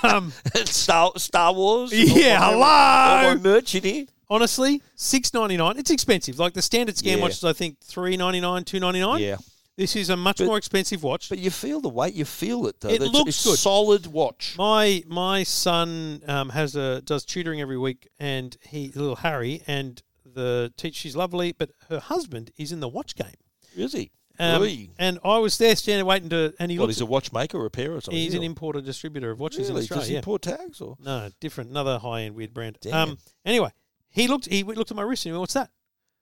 Speaker 1: um,
Speaker 2: Star, Star Wars.
Speaker 1: Yeah,
Speaker 2: All my- All my merch in here.
Speaker 1: honestly, six ninety nine. It's expensive. Like the standard scan
Speaker 2: Yeah.
Speaker 1: watch is, I think, three ninety nine, two ninety nine.
Speaker 2: Yeah,
Speaker 1: This is a much
Speaker 2: But-
Speaker 1: more expensive watch.
Speaker 2: but you feel the weight. You feel it. Though.
Speaker 1: It
Speaker 2: It's-
Speaker 1: looks
Speaker 2: it's
Speaker 1: good.
Speaker 2: Solid watch.
Speaker 1: My my son um, has a does tutoring every week, and he little Harry and the teacher she's lovely, but her husband is in the watch game.
Speaker 2: Is he?
Speaker 1: Um,
Speaker 2: Really?
Speaker 1: and I was there standing waiting to, and he
Speaker 2: What,
Speaker 1: looks.
Speaker 2: he's a watchmaker, repairer, or something.
Speaker 1: he's
Speaker 2: is
Speaker 1: an
Speaker 2: he?
Speaker 1: importer distributor of watches in
Speaker 2: really? Does
Speaker 1: Australia.
Speaker 2: he
Speaker 1: yeah.
Speaker 2: pour tags or?
Speaker 1: No, different, another high end weird brand.
Speaker 2: Damn.
Speaker 1: Um, anyway, he looked. He w- looked at my wrist and he went, "What's that?"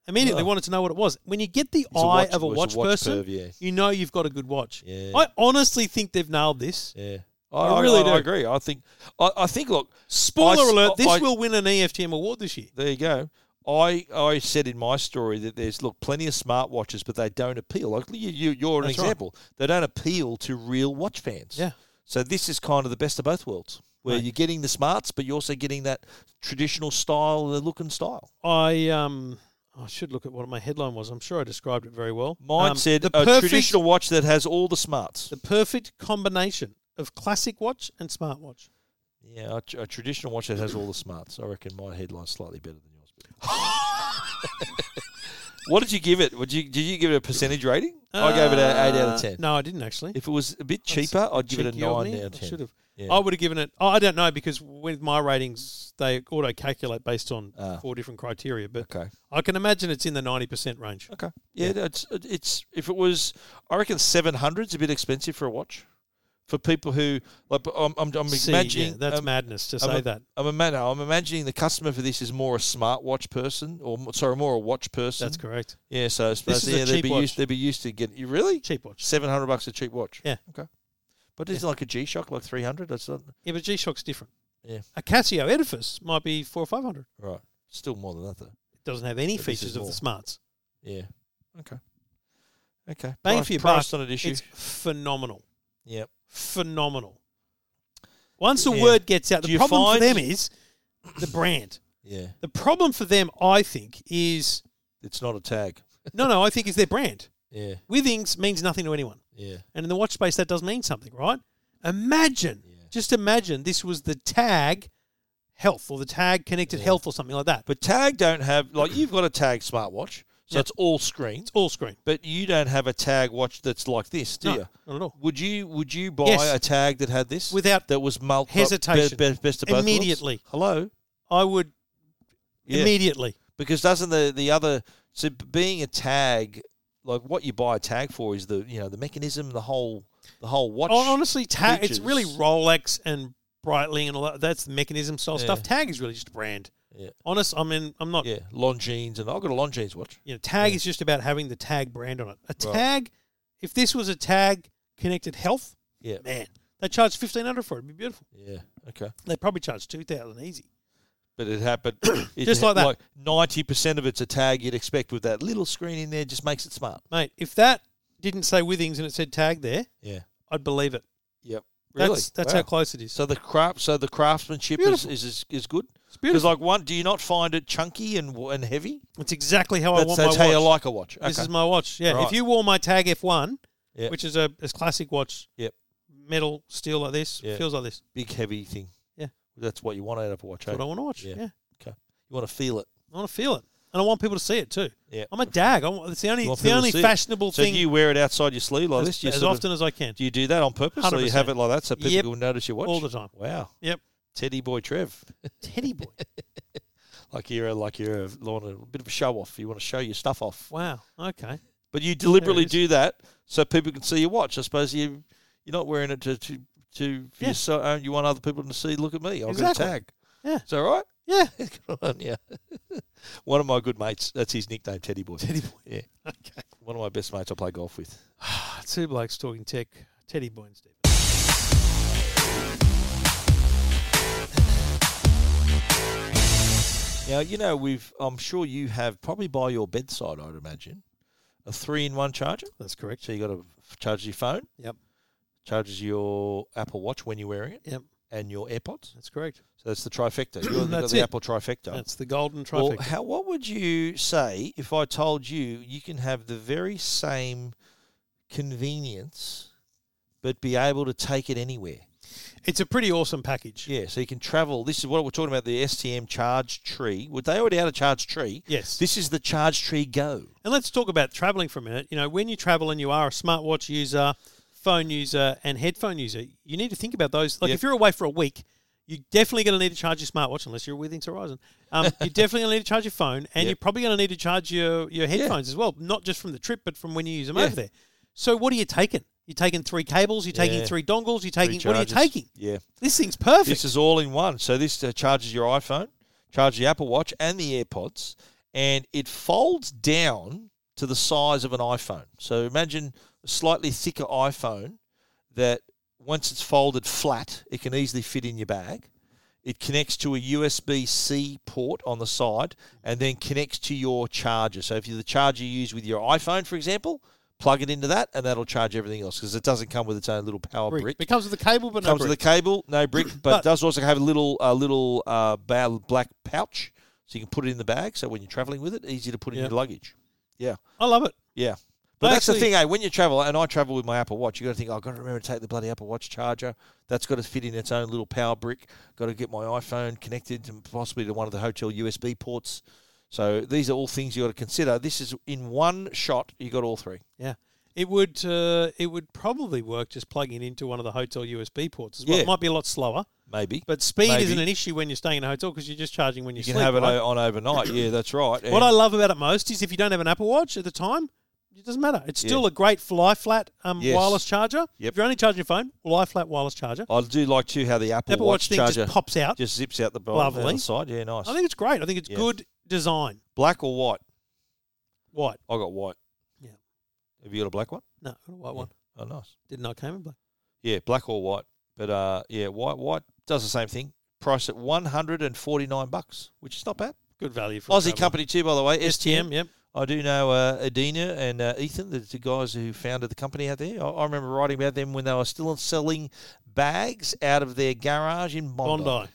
Speaker 1: Immediately
Speaker 2: Oh.
Speaker 1: wanted to know what it was. When you get the
Speaker 2: He's a
Speaker 1: eye
Speaker 2: watch-
Speaker 1: of a
Speaker 2: he's a
Speaker 1: watch,
Speaker 2: watch
Speaker 1: person,
Speaker 2: perv, yeah.
Speaker 1: you know you've got a good watch.
Speaker 2: Yeah.
Speaker 1: I honestly think they've nailed this.
Speaker 2: Yeah.
Speaker 1: I
Speaker 2: I, I
Speaker 1: really
Speaker 2: I,
Speaker 1: do.
Speaker 2: agree. I think. I, I think. Look.
Speaker 1: Spoiler
Speaker 2: I s-
Speaker 1: alert: This
Speaker 2: I-
Speaker 1: will win an E EFTM award this year.
Speaker 2: There you go. I, I said in my story that there's look plenty of smartwatches, but they don't appeal. Like you, you you're an
Speaker 1: That's right.
Speaker 2: example. They don't appeal to real watch fans.
Speaker 1: Yeah.
Speaker 2: So this is kind of the best of both worlds, where
Speaker 1: Right.
Speaker 2: you're getting the smarts, but you're also getting that traditional style, the look and style.
Speaker 1: I um I should look at what my headline was. I'm sure I described it very well.
Speaker 2: Mine
Speaker 1: Um,
Speaker 2: said
Speaker 1: the
Speaker 2: a
Speaker 1: perfect,
Speaker 2: traditional watch that has all the smarts.
Speaker 1: the perfect combination of classic watch and smartwatch.
Speaker 2: Yeah, a, tr- a traditional watch that has all the smarts. I reckon my headline's slightly better than yours.
Speaker 1: *laughs*
Speaker 2: what did you give it? Would you did you give it a percentage rating? I gave it an eight out of
Speaker 1: Uh,
Speaker 2: ten.
Speaker 1: No, I didn't actually.
Speaker 2: If it was a bit
Speaker 1: That's
Speaker 2: cheaper, I'd give it a
Speaker 1: cheeky of
Speaker 2: nine
Speaker 1: me.
Speaker 2: out of
Speaker 1: I
Speaker 2: ten.
Speaker 1: should have.
Speaker 2: Yeah.
Speaker 1: I would have given it. Oh, I don't know because with my ratings, they auto calculate based on
Speaker 2: Ah.
Speaker 1: four different criteria. But
Speaker 2: Okay.
Speaker 1: I can imagine it's in the ninety percent range.
Speaker 2: Okay. Yeah, it's it's if it was, I reckon seven hundred's a bit expensive for a watch, for people who like. but I'm I'm, I'm
Speaker 1: See, yeah,
Speaker 2: imagining
Speaker 1: that's
Speaker 2: I'm,
Speaker 1: madness to
Speaker 2: I'm
Speaker 1: say
Speaker 2: a-
Speaker 1: that.
Speaker 2: I'm, ima- no, I'm imagining the customer for this is more a smartwatch person, or mo- sorry, more a watch person. *laughs*
Speaker 1: That's correct.
Speaker 2: Yeah, so I suppose
Speaker 1: is a
Speaker 2: yeah, they'd
Speaker 1: cheap
Speaker 2: be
Speaker 1: watch.
Speaker 2: used. They'd be used to get you really
Speaker 1: Cheap watch.
Speaker 2: seven hundred bucks a cheap watch.
Speaker 1: Yeah.
Speaker 2: Okay. But isn't like a G Shock like three hundred? That's not
Speaker 1: Yeah, but G Shock's different.
Speaker 2: Yeah.
Speaker 1: A Casio Edifice might be four or five hundred.
Speaker 2: right. Still more than that though.
Speaker 1: It doesn't have any
Speaker 2: But this is
Speaker 1: features of the
Speaker 2: more.
Speaker 1: smarts.
Speaker 2: Yeah. Okay. Okay.
Speaker 1: Bang
Speaker 2: Price-
Speaker 1: for your
Speaker 2: price
Speaker 1: buck.
Speaker 2: Not an issue.
Speaker 1: It's phenomenal.
Speaker 2: Yep.
Speaker 1: Phenomenal. Once the
Speaker 2: Yeah.
Speaker 1: word gets out,
Speaker 2: Do
Speaker 1: the
Speaker 2: you
Speaker 1: problem for
Speaker 2: find-
Speaker 1: them is the brand.
Speaker 2: Yeah.
Speaker 1: The problem for them, I think, is
Speaker 2: It's not a tag.
Speaker 1: no, no. I think is their brand.
Speaker 2: Yeah.
Speaker 1: Withings means nothing to anyone,
Speaker 2: Yeah.
Speaker 1: and in the watch space, that does mean something, right? Imagine,
Speaker 2: Yeah.
Speaker 1: just imagine, this was the tag health or the tag connected health or something like that. But
Speaker 2: But tag don't have like you've got a tag smartwatch, so
Speaker 1: Yeah.
Speaker 2: it's all screen.
Speaker 1: it's all screen.
Speaker 2: But you don't have a tag watch that's like this, do
Speaker 1: No,
Speaker 2: you?
Speaker 1: not at all.
Speaker 2: Would you Would you buy
Speaker 1: Yes.
Speaker 2: a tag that had this
Speaker 1: Without
Speaker 2: that was multi
Speaker 1: hesitation.
Speaker 2: be, be- best of both worlds?
Speaker 1: Immediately.
Speaker 2: Hello.
Speaker 1: I would
Speaker 2: Yeah.
Speaker 1: immediately.
Speaker 2: because doesn't the the other so b- being a tag like what you buy a tag for is the you know the mechanism the whole the whole watch
Speaker 1: Hon- Honestly, tag it's
Speaker 2: features.
Speaker 1: really Rolex and Breitling and all that. That's the mechanism style stuff. Tag is really just a brand.
Speaker 2: Yeah.
Speaker 1: Honest, I mean, I'm not.
Speaker 2: yeah Longines and I've got a Longines watch
Speaker 1: You know, tag is just about having the tag brand on it. A
Speaker 2: Right.
Speaker 1: tag, if this was a tag connected health,
Speaker 2: yeah
Speaker 1: man, they charge fifteen hundred for it. It'd be beautiful.
Speaker 2: yeah okay
Speaker 1: They probably charge two thousand easy.
Speaker 2: but
Speaker 1: *coughs*
Speaker 2: it happened it
Speaker 1: Just like that.
Speaker 2: ninety percent of it's a tag you'd expect with that little screen in there just makes it smart
Speaker 1: Mate, if that didn't say Withings and it said tag there,
Speaker 2: yeah
Speaker 1: I'd believe it.
Speaker 2: yep really
Speaker 1: That's that's how
Speaker 2: Wow.
Speaker 1: close it is.
Speaker 2: so the craft so the craftsmanship is,
Speaker 1: Beautiful.
Speaker 2: is is is good
Speaker 1: It's
Speaker 2: because
Speaker 1: beautiful.
Speaker 2: like one do you not find it chunky and w- and heavy
Speaker 1: it's exactly how I
Speaker 2: that's,
Speaker 1: want
Speaker 2: that's
Speaker 1: my
Speaker 2: how
Speaker 1: watch.
Speaker 2: you like a watch
Speaker 1: This
Speaker 2: Okay.
Speaker 1: is my watch. Yeah. If
Speaker 2: Right.
Speaker 1: you wore my Tag F1,
Speaker 2: Yeah.
Speaker 1: which is a, a classic watch,
Speaker 2: Yep.
Speaker 1: metal, steel like this,
Speaker 2: Yeah.
Speaker 1: feels like this.
Speaker 2: big heavy thing
Speaker 1: Yeah.
Speaker 2: that's what you want out of a watch
Speaker 1: That's
Speaker 2: eh?
Speaker 1: what I want to watch. Yeah.
Speaker 2: Yeah. You want to feel it.
Speaker 1: I want to feel it. And I want people to see it too.
Speaker 2: Yeah.
Speaker 1: I'm a dag. I want, it's the only,
Speaker 2: You want
Speaker 1: it's the
Speaker 2: people to
Speaker 1: only
Speaker 2: see it.
Speaker 1: fashionable
Speaker 2: So
Speaker 1: thing
Speaker 2: do you wear it outside your sleeve like
Speaker 1: as,
Speaker 2: this? Do you,
Speaker 1: as
Speaker 2: sort of-
Speaker 1: often as I can.
Speaker 2: do you do that on purpose, or you have
Speaker 1: 100%.
Speaker 2: it like that so people
Speaker 1: Yep.
Speaker 2: will notice your watch?
Speaker 1: All the time.
Speaker 2: Wow,
Speaker 1: Yep.
Speaker 2: Teddy Boy Trev, *laughs*
Speaker 1: Teddy boy.
Speaker 2: like you're a, like you're a, Lorna, a bit of a show off. You want to show your stuff off,
Speaker 1: wow. Okay.
Speaker 2: but you deliberately
Speaker 1: is.
Speaker 2: do that so people can see your watch. I suppose you you're not wearing it to to to for
Speaker 1: Yeah.
Speaker 2: your so own. You want other people to see. Look at me. I've
Speaker 1: Exactly.
Speaker 2: got a tag.
Speaker 1: Yeah.
Speaker 2: Is that right? *laughs*
Speaker 1: Yeah.
Speaker 2: Good on you. *laughs* One of my good mates. That's his nickname, Teddy Boy. Teddy Boy. Yeah.
Speaker 1: *laughs* Okay.
Speaker 2: One of my best mates I play golf with.
Speaker 1: Two blokes talking tech. Teddy boy and Stephen.
Speaker 2: Now you know we've. I'm sure you have probably by your bedside. I'd imagine a three-in-one charger.
Speaker 1: That's correct.
Speaker 2: So you got to charge your phone.
Speaker 1: Yep.
Speaker 2: Charges your Apple Watch when you're wearing it.
Speaker 1: Yep.
Speaker 2: and your AirPods.
Speaker 1: That's correct.
Speaker 2: So that's
Speaker 1: *clears throat*
Speaker 2: the trifecta. You've got
Speaker 1: That's
Speaker 2: the
Speaker 1: it.
Speaker 2: Apple trifecta.
Speaker 1: That's the golden
Speaker 2: Well,
Speaker 1: trifecta.
Speaker 2: how, what would you say if I told you you can have the very same convenience, but be able to take it anywhere?
Speaker 1: it's a pretty awesome package.
Speaker 2: Yeah, so you can travel. This is what we're talking about the STM charge tree. Well, they already had a charge tree.
Speaker 1: Yes.
Speaker 2: This is the charge tree go.
Speaker 1: And let's talk about traveling for a minute. You know, when you travel and you are a smartwatch user, phone user, and headphone user, you need to think about those. Like
Speaker 2: Yep.
Speaker 1: if you're away for a week, you're definitely going to need to charge your smartwatch unless you're with Inks Horizon. Um,
Speaker 2: *laughs*
Speaker 1: you're definitely going to need to charge your phone, and
Speaker 2: Yep.
Speaker 1: you're probably going to need to charge your your headphones as well, not just from the trip, but from when you use them over there. So what are you taking? You're taking three cables. You're taking
Speaker 2: Yeah.
Speaker 1: three dongles. You're taking
Speaker 2: Three
Speaker 1: what are you
Speaker 2: charges.
Speaker 1: taking?
Speaker 2: Yeah.
Speaker 1: This thing's perfect.
Speaker 2: This is all in one. So this uh, charges your iPhone, charges the Apple Watch and the AirPods, and it folds down to the size of an iPhone. So imagine a slightly thicker iPhone that once it's folded flat, it can easily fit in your bag. It connects to a USB C port on the side and then connects to your charger. So if you're the charger you use with your iPhone, for example, plug it into that and that'll charge everything else because it doesn't come with its own little power
Speaker 1: Brick.
Speaker 2: brick
Speaker 1: It comes with a cable, but no
Speaker 2: comes
Speaker 1: brick.
Speaker 2: with a cable,
Speaker 1: *clears throat*
Speaker 2: no brick, but,
Speaker 1: But-
Speaker 2: does also have a little a little uh, ba- black pouch, so you can put it in the bag. So when you're traveling with it, easy to put in
Speaker 1: Yeah.
Speaker 2: your luggage. Yeah,
Speaker 1: I love it.
Speaker 2: yeah. But
Speaker 1: I
Speaker 2: that's the
Speaker 1: actually-
Speaker 2: thing, eh? When you travel, and I travel with my Apple Watch, you got to think, oh, I've got to remember to take the bloody Apple Watch charger. That's got to fit in its own little power brick. Got to get my iPhone connected to possibly to one of the hotel USB ports. So these are all things you got to consider. This is in one shot. You got all three.
Speaker 1: Yeah. It would uh, it would probably work just plugging it into one of the hotel USB ports as well.
Speaker 2: Yeah.
Speaker 1: It might be a lot slower,
Speaker 2: Maybe
Speaker 1: but speed
Speaker 2: Maybe.
Speaker 1: isn't an issue when you're staying in a hotel because you're just charging when you,
Speaker 2: you can
Speaker 1: sleep,
Speaker 2: have it
Speaker 1: right?
Speaker 2: o- on overnight. Yeah, that's right.
Speaker 1: What
Speaker 2: And-
Speaker 1: I love about it most is if you don't have an Apple Watch at the time, it doesn't matter. It's still a great fly flat um,
Speaker 2: Yes.
Speaker 1: wireless charger.
Speaker 2: Yep.
Speaker 1: If you're only charging your phone, lie flat wireless charger.
Speaker 2: I do like too how the Apple,
Speaker 1: Apple Watch
Speaker 2: Watch,
Speaker 1: thing just
Speaker 2: charger
Speaker 1: pops out.
Speaker 2: just zips out the bottom
Speaker 1: Lovely.
Speaker 2: Lovely. side. Yeah, nice.
Speaker 1: I think it's great. I think it's
Speaker 2: Yeah.
Speaker 1: good design.
Speaker 2: black or white?
Speaker 1: White.
Speaker 2: I got white.
Speaker 1: Yeah.
Speaker 2: Have you got a black one?
Speaker 1: No, not a white one.
Speaker 2: Oh, nice.
Speaker 1: Didn't know it came in black.
Speaker 2: Yeah, black or white. But uh, yeah, white white does the same thing. Priced at one hundred and forty nine bucks, which is not bad.
Speaker 1: Good value for a
Speaker 2: Aussie
Speaker 1: traveller.
Speaker 2: company too, by the way. STM.
Speaker 1: STM, yep.
Speaker 2: I do know uh, Adina and uh, Ethan, the, the guys who founded the company out there. I, I remember writing about them when they were still selling bags out of their garage in Bondi.
Speaker 1: Bondi.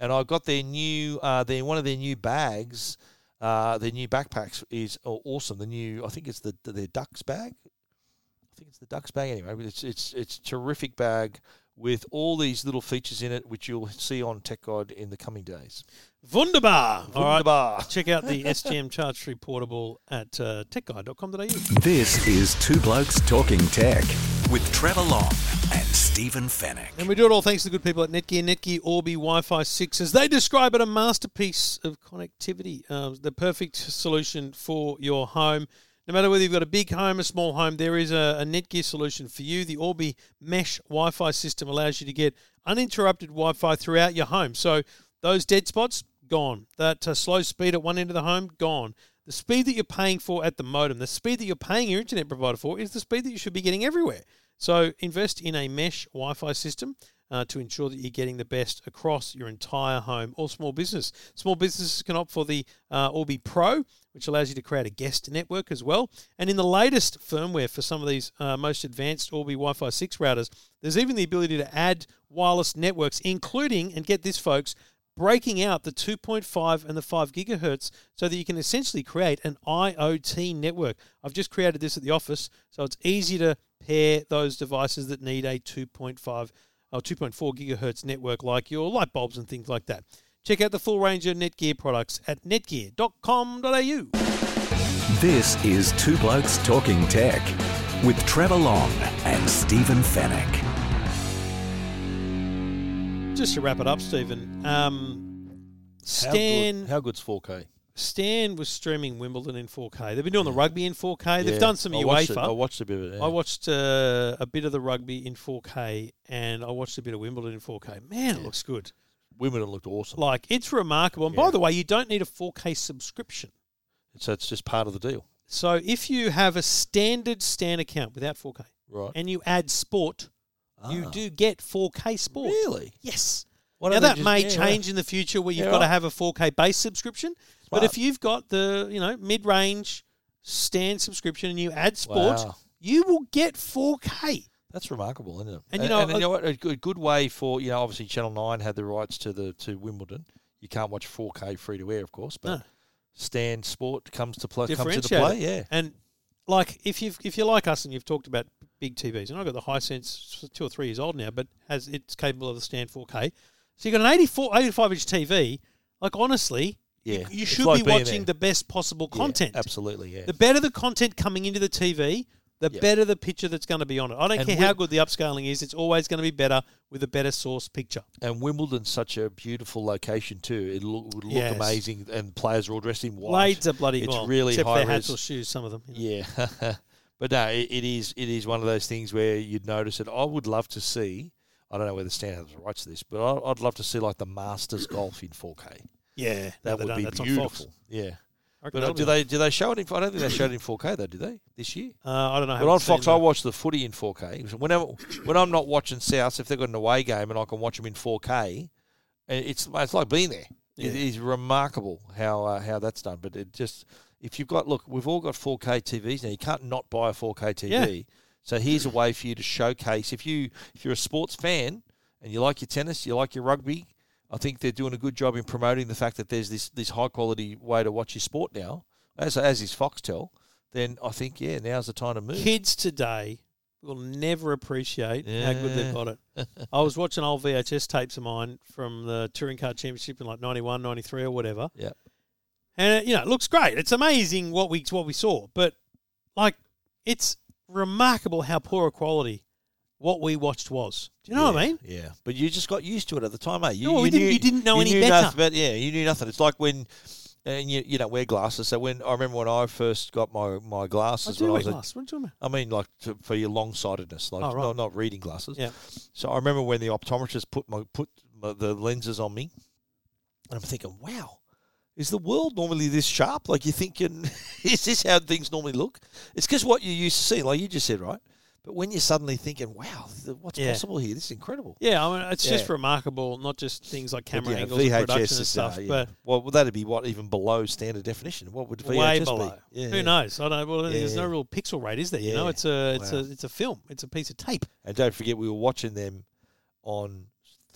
Speaker 2: and I got their new uh, their one of their new bags. Uh, their new backpacks is aw- awesome. The new, I think it's the their ducks bag. I think it's the ducks bag anyway. But it's it's it's terrific bag with all these little features in it, which you'll see on Tech Guide in the coming days.
Speaker 1: Wunderbar. All right.
Speaker 2: Wunderbar.
Speaker 1: Check out the *laughs* STM Charge Free Portable at uh, techguide.com.au.
Speaker 3: This is Two Blokes Talking Tech with Trevor Long and Stephen Fennec.
Speaker 1: And we do it all thanks to the good people at Netgear, Netgear Orbi Wi Fi 6. As they describe it, a masterpiece of connectivity, um, the perfect solution for your home. No matter whether you've got a big home, a small home, there is a, a Netgear solution for you. The Orbi Mesh Wi Fi system allows you to get uninterrupted Wi Fi throughout your home. So those dead spots, gone. That uh, slow speed at one end of the home, gone. The speed that you're paying for at the modem, the speed that you're paying your internet provider for, is the speed that you should be getting everywhere. So invest in a mesh Wi Fi system uh, to ensure that you're getting the best across your entire home or small business. Small businesses can opt for the uh, Orbi Pro, which allows you to create a guest network as well. And in the latest firmware for some of these uh, most advanced Orbi Wi Fi 6 routers, there's even the ability to add wireless networks, including, and get this, folks, breaking out the 2.5 and the 5 gigahertz so that you can essentially create an IoT network. I've just created this at the office, so it's easy to pair those devices that need a 2.5 or 2.4 gigahertz network like your light bulbs and things like that. Check out the full range of Netgear products at netgear.com.au.
Speaker 3: This is Two Blokes Talking Tech with Trevor Long and Stephen Fennec.
Speaker 1: Just to wrap it up, Stephen, um, Stan
Speaker 2: how good's four K?
Speaker 1: Stan was streaming Wimbledon in 4K. They've been doing the rugby in 4K. They've done some
Speaker 2: I
Speaker 1: UEFA.
Speaker 2: Watched it. I watched a bit of it. yeah.
Speaker 1: I watched uh, a bit of the rugby in 4K and I watched a bit of Wimbledon in 4K. Man, it looks good.
Speaker 2: Women looked awesome.
Speaker 1: Like, it's remarkable. And by the way, you don't need a 4K subscription.
Speaker 2: So it's just part of the deal,
Speaker 1: So if you have a standard Stan account without 4K
Speaker 2: right?
Speaker 1: and you add sport, you
Speaker 2: Ah.
Speaker 1: do get 4K sport.
Speaker 2: Really?
Speaker 1: Yes.
Speaker 2: Why
Speaker 1: now
Speaker 2: don't they
Speaker 1: that
Speaker 2: just-
Speaker 1: may
Speaker 2: yeah, yeah.
Speaker 1: change in the future where you've
Speaker 2: Yeah,
Speaker 1: got to
Speaker 2: right.
Speaker 1: have a 4K base subscription. But
Speaker 2: Smart.
Speaker 1: if you've got the, you know, mid-range Stan subscription and you add sport,
Speaker 2: Wow.
Speaker 1: you will get 4K.
Speaker 2: That's remarkable, isn't it?
Speaker 1: And you know,
Speaker 2: and,
Speaker 1: I-
Speaker 2: you know what? A good, good way for you know, obviously Channel Nine had the rights to the to Wimbledon. You can't watch 4K free to air, of course, but
Speaker 1: No.
Speaker 2: Stan Sport comes to play, comes to the
Speaker 1: differentiate.
Speaker 2: play.
Speaker 1: it.
Speaker 2: Yeah,
Speaker 1: And like if you if you're like us and you've talked about big TVs, and I've got the high sense two or three years old now, but has it's capable of the stand 4K. So you've got an 84, 85 inch TV. Like honestly,
Speaker 2: yeah.
Speaker 1: you
Speaker 2: It's
Speaker 1: should
Speaker 2: like
Speaker 1: be
Speaker 2: being
Speaker 1: watching
Speaker 2: there.
Speaker 1: the best possible
Speaker 2: Yeah,
Speaker 1: content.
Speaker 2: absolutely, yeah.
Speaker 1: The better the content coming into the TV, the
Speaker 2: Yep.
Speaker 1: better the picture that's going to be on it. I don't
Speaker 2: And
Speaker 1: care
Speaker 2: we-
Speaker 1: how good the upscaling is; it's always going to be better with a better source picture.
Speaker 2: and Wimbledon's such a beautiful location too. It look, would look
Speaker 1: Yes.
Speaker 2: amazing, and players are all dressed in white.
Speaker 1: Blades are bloody
Speaker 2: It's
Speaker 1: well,
Speaker 2: really
Speaker 1: except
Speaker 2: high
Speaker 1: their hats
Speaker 2: res.
Speaker 1: or shoes. Some of them. you know.
Speaker 2: Yeah, *laughs* but no, it, it is it is one of those things where you'd notice it. I would love to see. I don't know whether Stan has the rights to this, but I, I'd love to see like the Masters golf in 4K.
Speaker 1: yeah, no,
Speaker 2: That
Speaker 1: they
Speaker 2: would
Speaker 1: don't.
Speaker 2: be
Speaker 1: That's on Fox.
Speaker 2: beautiful. Yeah,
Speaker 1: I reckon
Speaker 2: but uh,
Speaker 1: that'll
Speaker 2: do
Speaker 1: be
Speaker 2: they do they show it in? I don't think they showed it in 4K though. Do they this year?
Speaker 1: on. Uh, I don't know. I
Speaker 2: But on
Speaker 1: haven't seen
Speaker 2: Fox, I
Speaker 1: that.
Speaker 2: watch the footy in 4K. So Whenever when I'm not watching South, if they've got an away game and I can watch them in 4K, i- it's it's like being there.
Speaker 1: Yeah.
Speaker 2: It is remarkable how uh, how that's done. But it just if you've got look, we've all got 4K TVs now. You can't not buy a 4K TV.
Speaker 1: Yeah.
Speaker 2: So here's a way for you to showcase if you if you're a sports fan and you like your tennis, you like your rugby. I think they're doing a good job in promoting the fact that there's this this high quality way to watch your sport now, as as is Foxtel. Then I think yeah, now's the time to move.
Speaker 1: kids today will never appreciate how good
Speaker 2: Yeah.
Speaker 1: they've got it. I
Speaker 2: *laughs*
Speaker 1: was watching old VHS tapes of mine from the Touring Car Championship in like 91, 93 or whatever.
Speaker 2: Yep.
Speaker 1: And it, you know, it looks great. It's amazing what we what we saw, but like it's remarkable how poor a quality what we watched was. Do you know what I mean?
Speaker 2: Yeah, but you just got used to it at the time, eh? You,
Speaker 1: No, we didn't- you didn't know any
Speaker 2: knew
Speaker 1: better.
Speaker 2: nothing about- yeah, you knew nothing. It's like when, and you you don't wear glasses. So when I remember when I first got my my
Speaker 1: I
Speaker 2: glasses,
Speaker 1: Oh, do
Speaker 2: when
Speaker 1: wear
Speaker 2: I was
Speaker 1: glasses. What are you talking about?
Speaker 2: A, I mean, like to, for your long sightedness, like
Speaker 1: Oh, right.
Speaker 2: not, not reading glasses.
Speaker 1: Yeah.
Speaker 2: So I remember when the optometrist put my put my, the lenses on me, and I'm thinking, wow. Is the world normally this sharp? Like you're thinking, *laughs* is this how things normally look? It's because what you used to see, like you just said, right? But when you're suddenly thinking, wow, th- what's
Speaker 1: Yeah.
Speaker 2: possible here? This is incredible.
Speaker 1: Yeah, I mean, it's just
Speaker 2: Yeah.
Speaker 1: remarkable, not just things like camera
Speaker 2: Yeah,
Speaker 1: angles and production and
Speaker 2: is,
Speaker 1: stuff,
Speaker 2: uh, yeah.
Speaker 1: but
Speaker 2: well, that'd be what even below standard definition. What would VHS
Speaker 1: way
Speaker 2: be?
Speaker 1: below.
Speaker 2: Yeah,
Speaker 1: Who
Speaker 2: yeah.
Speaker 1: knows? I don't. Well, there's
Speaker 2: Yeah.
Speaker 1: no real pixel rate, is there? You know,
Speaker 2: Yeah.
Speaker 1: it's a it's
Speaker 2: Wow.
Speaker 1: a it's a film. It's a piece of tape.
Speaker 2: And don't forget, we were watching them on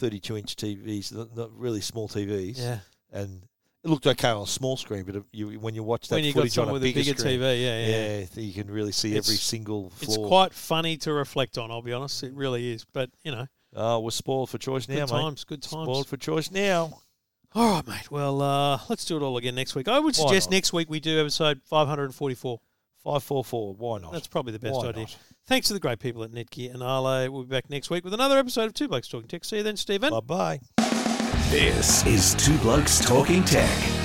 Speaker 2: 32-inch TVs, not, not really small TVs, and it looked okay on a small screen, but if you, when you watch that
Speaker 1: when you got
Speaker 2: footage on
Speaker 1: someone
Speaker 2: a
Speaker 1: with a
Speaker 2: bigger,
Speaker 1: bigger
Speaker 2: screen,
Speaker 1: TV, yeah, yeah.
Speaker 2: yeah, th- you can really see every
Speaker 1: It's-
Speaker 2: single
Speaker 1: It's
Speaker 2: floor.
Speaker 1: quite funny to reflect on. I'll be honest, it really is. But you know,
Speaker 2: oh, we're spoiled for choice
Speaker 1: good
Speaker 2: now, mate.
Speaker 1: times, good times.
Speaker 2: Spoiled for choice now.
Speaker 1: All right, mate. Well, uh, let's do it all again next week. I would
Speaker 2: Why
Speaker 1: suggest
Speaker 2: not?
Speaker 1: next week we do episode 544.
Speaker 2: Five four four. Why not?
Speaker 1: That's probably the best
Speaker 2: Why
Speaker 1: idea.
Speaker 2: not?
Speaker 1: Thanks to the great people at Netgear and Arlo. We'll be back next week with another episode of Two Blokes Talking Tech. See you then, Stephen.
Speaker 2: Bye bye.
Speaker 3: This is Two Blokes Talking Tech.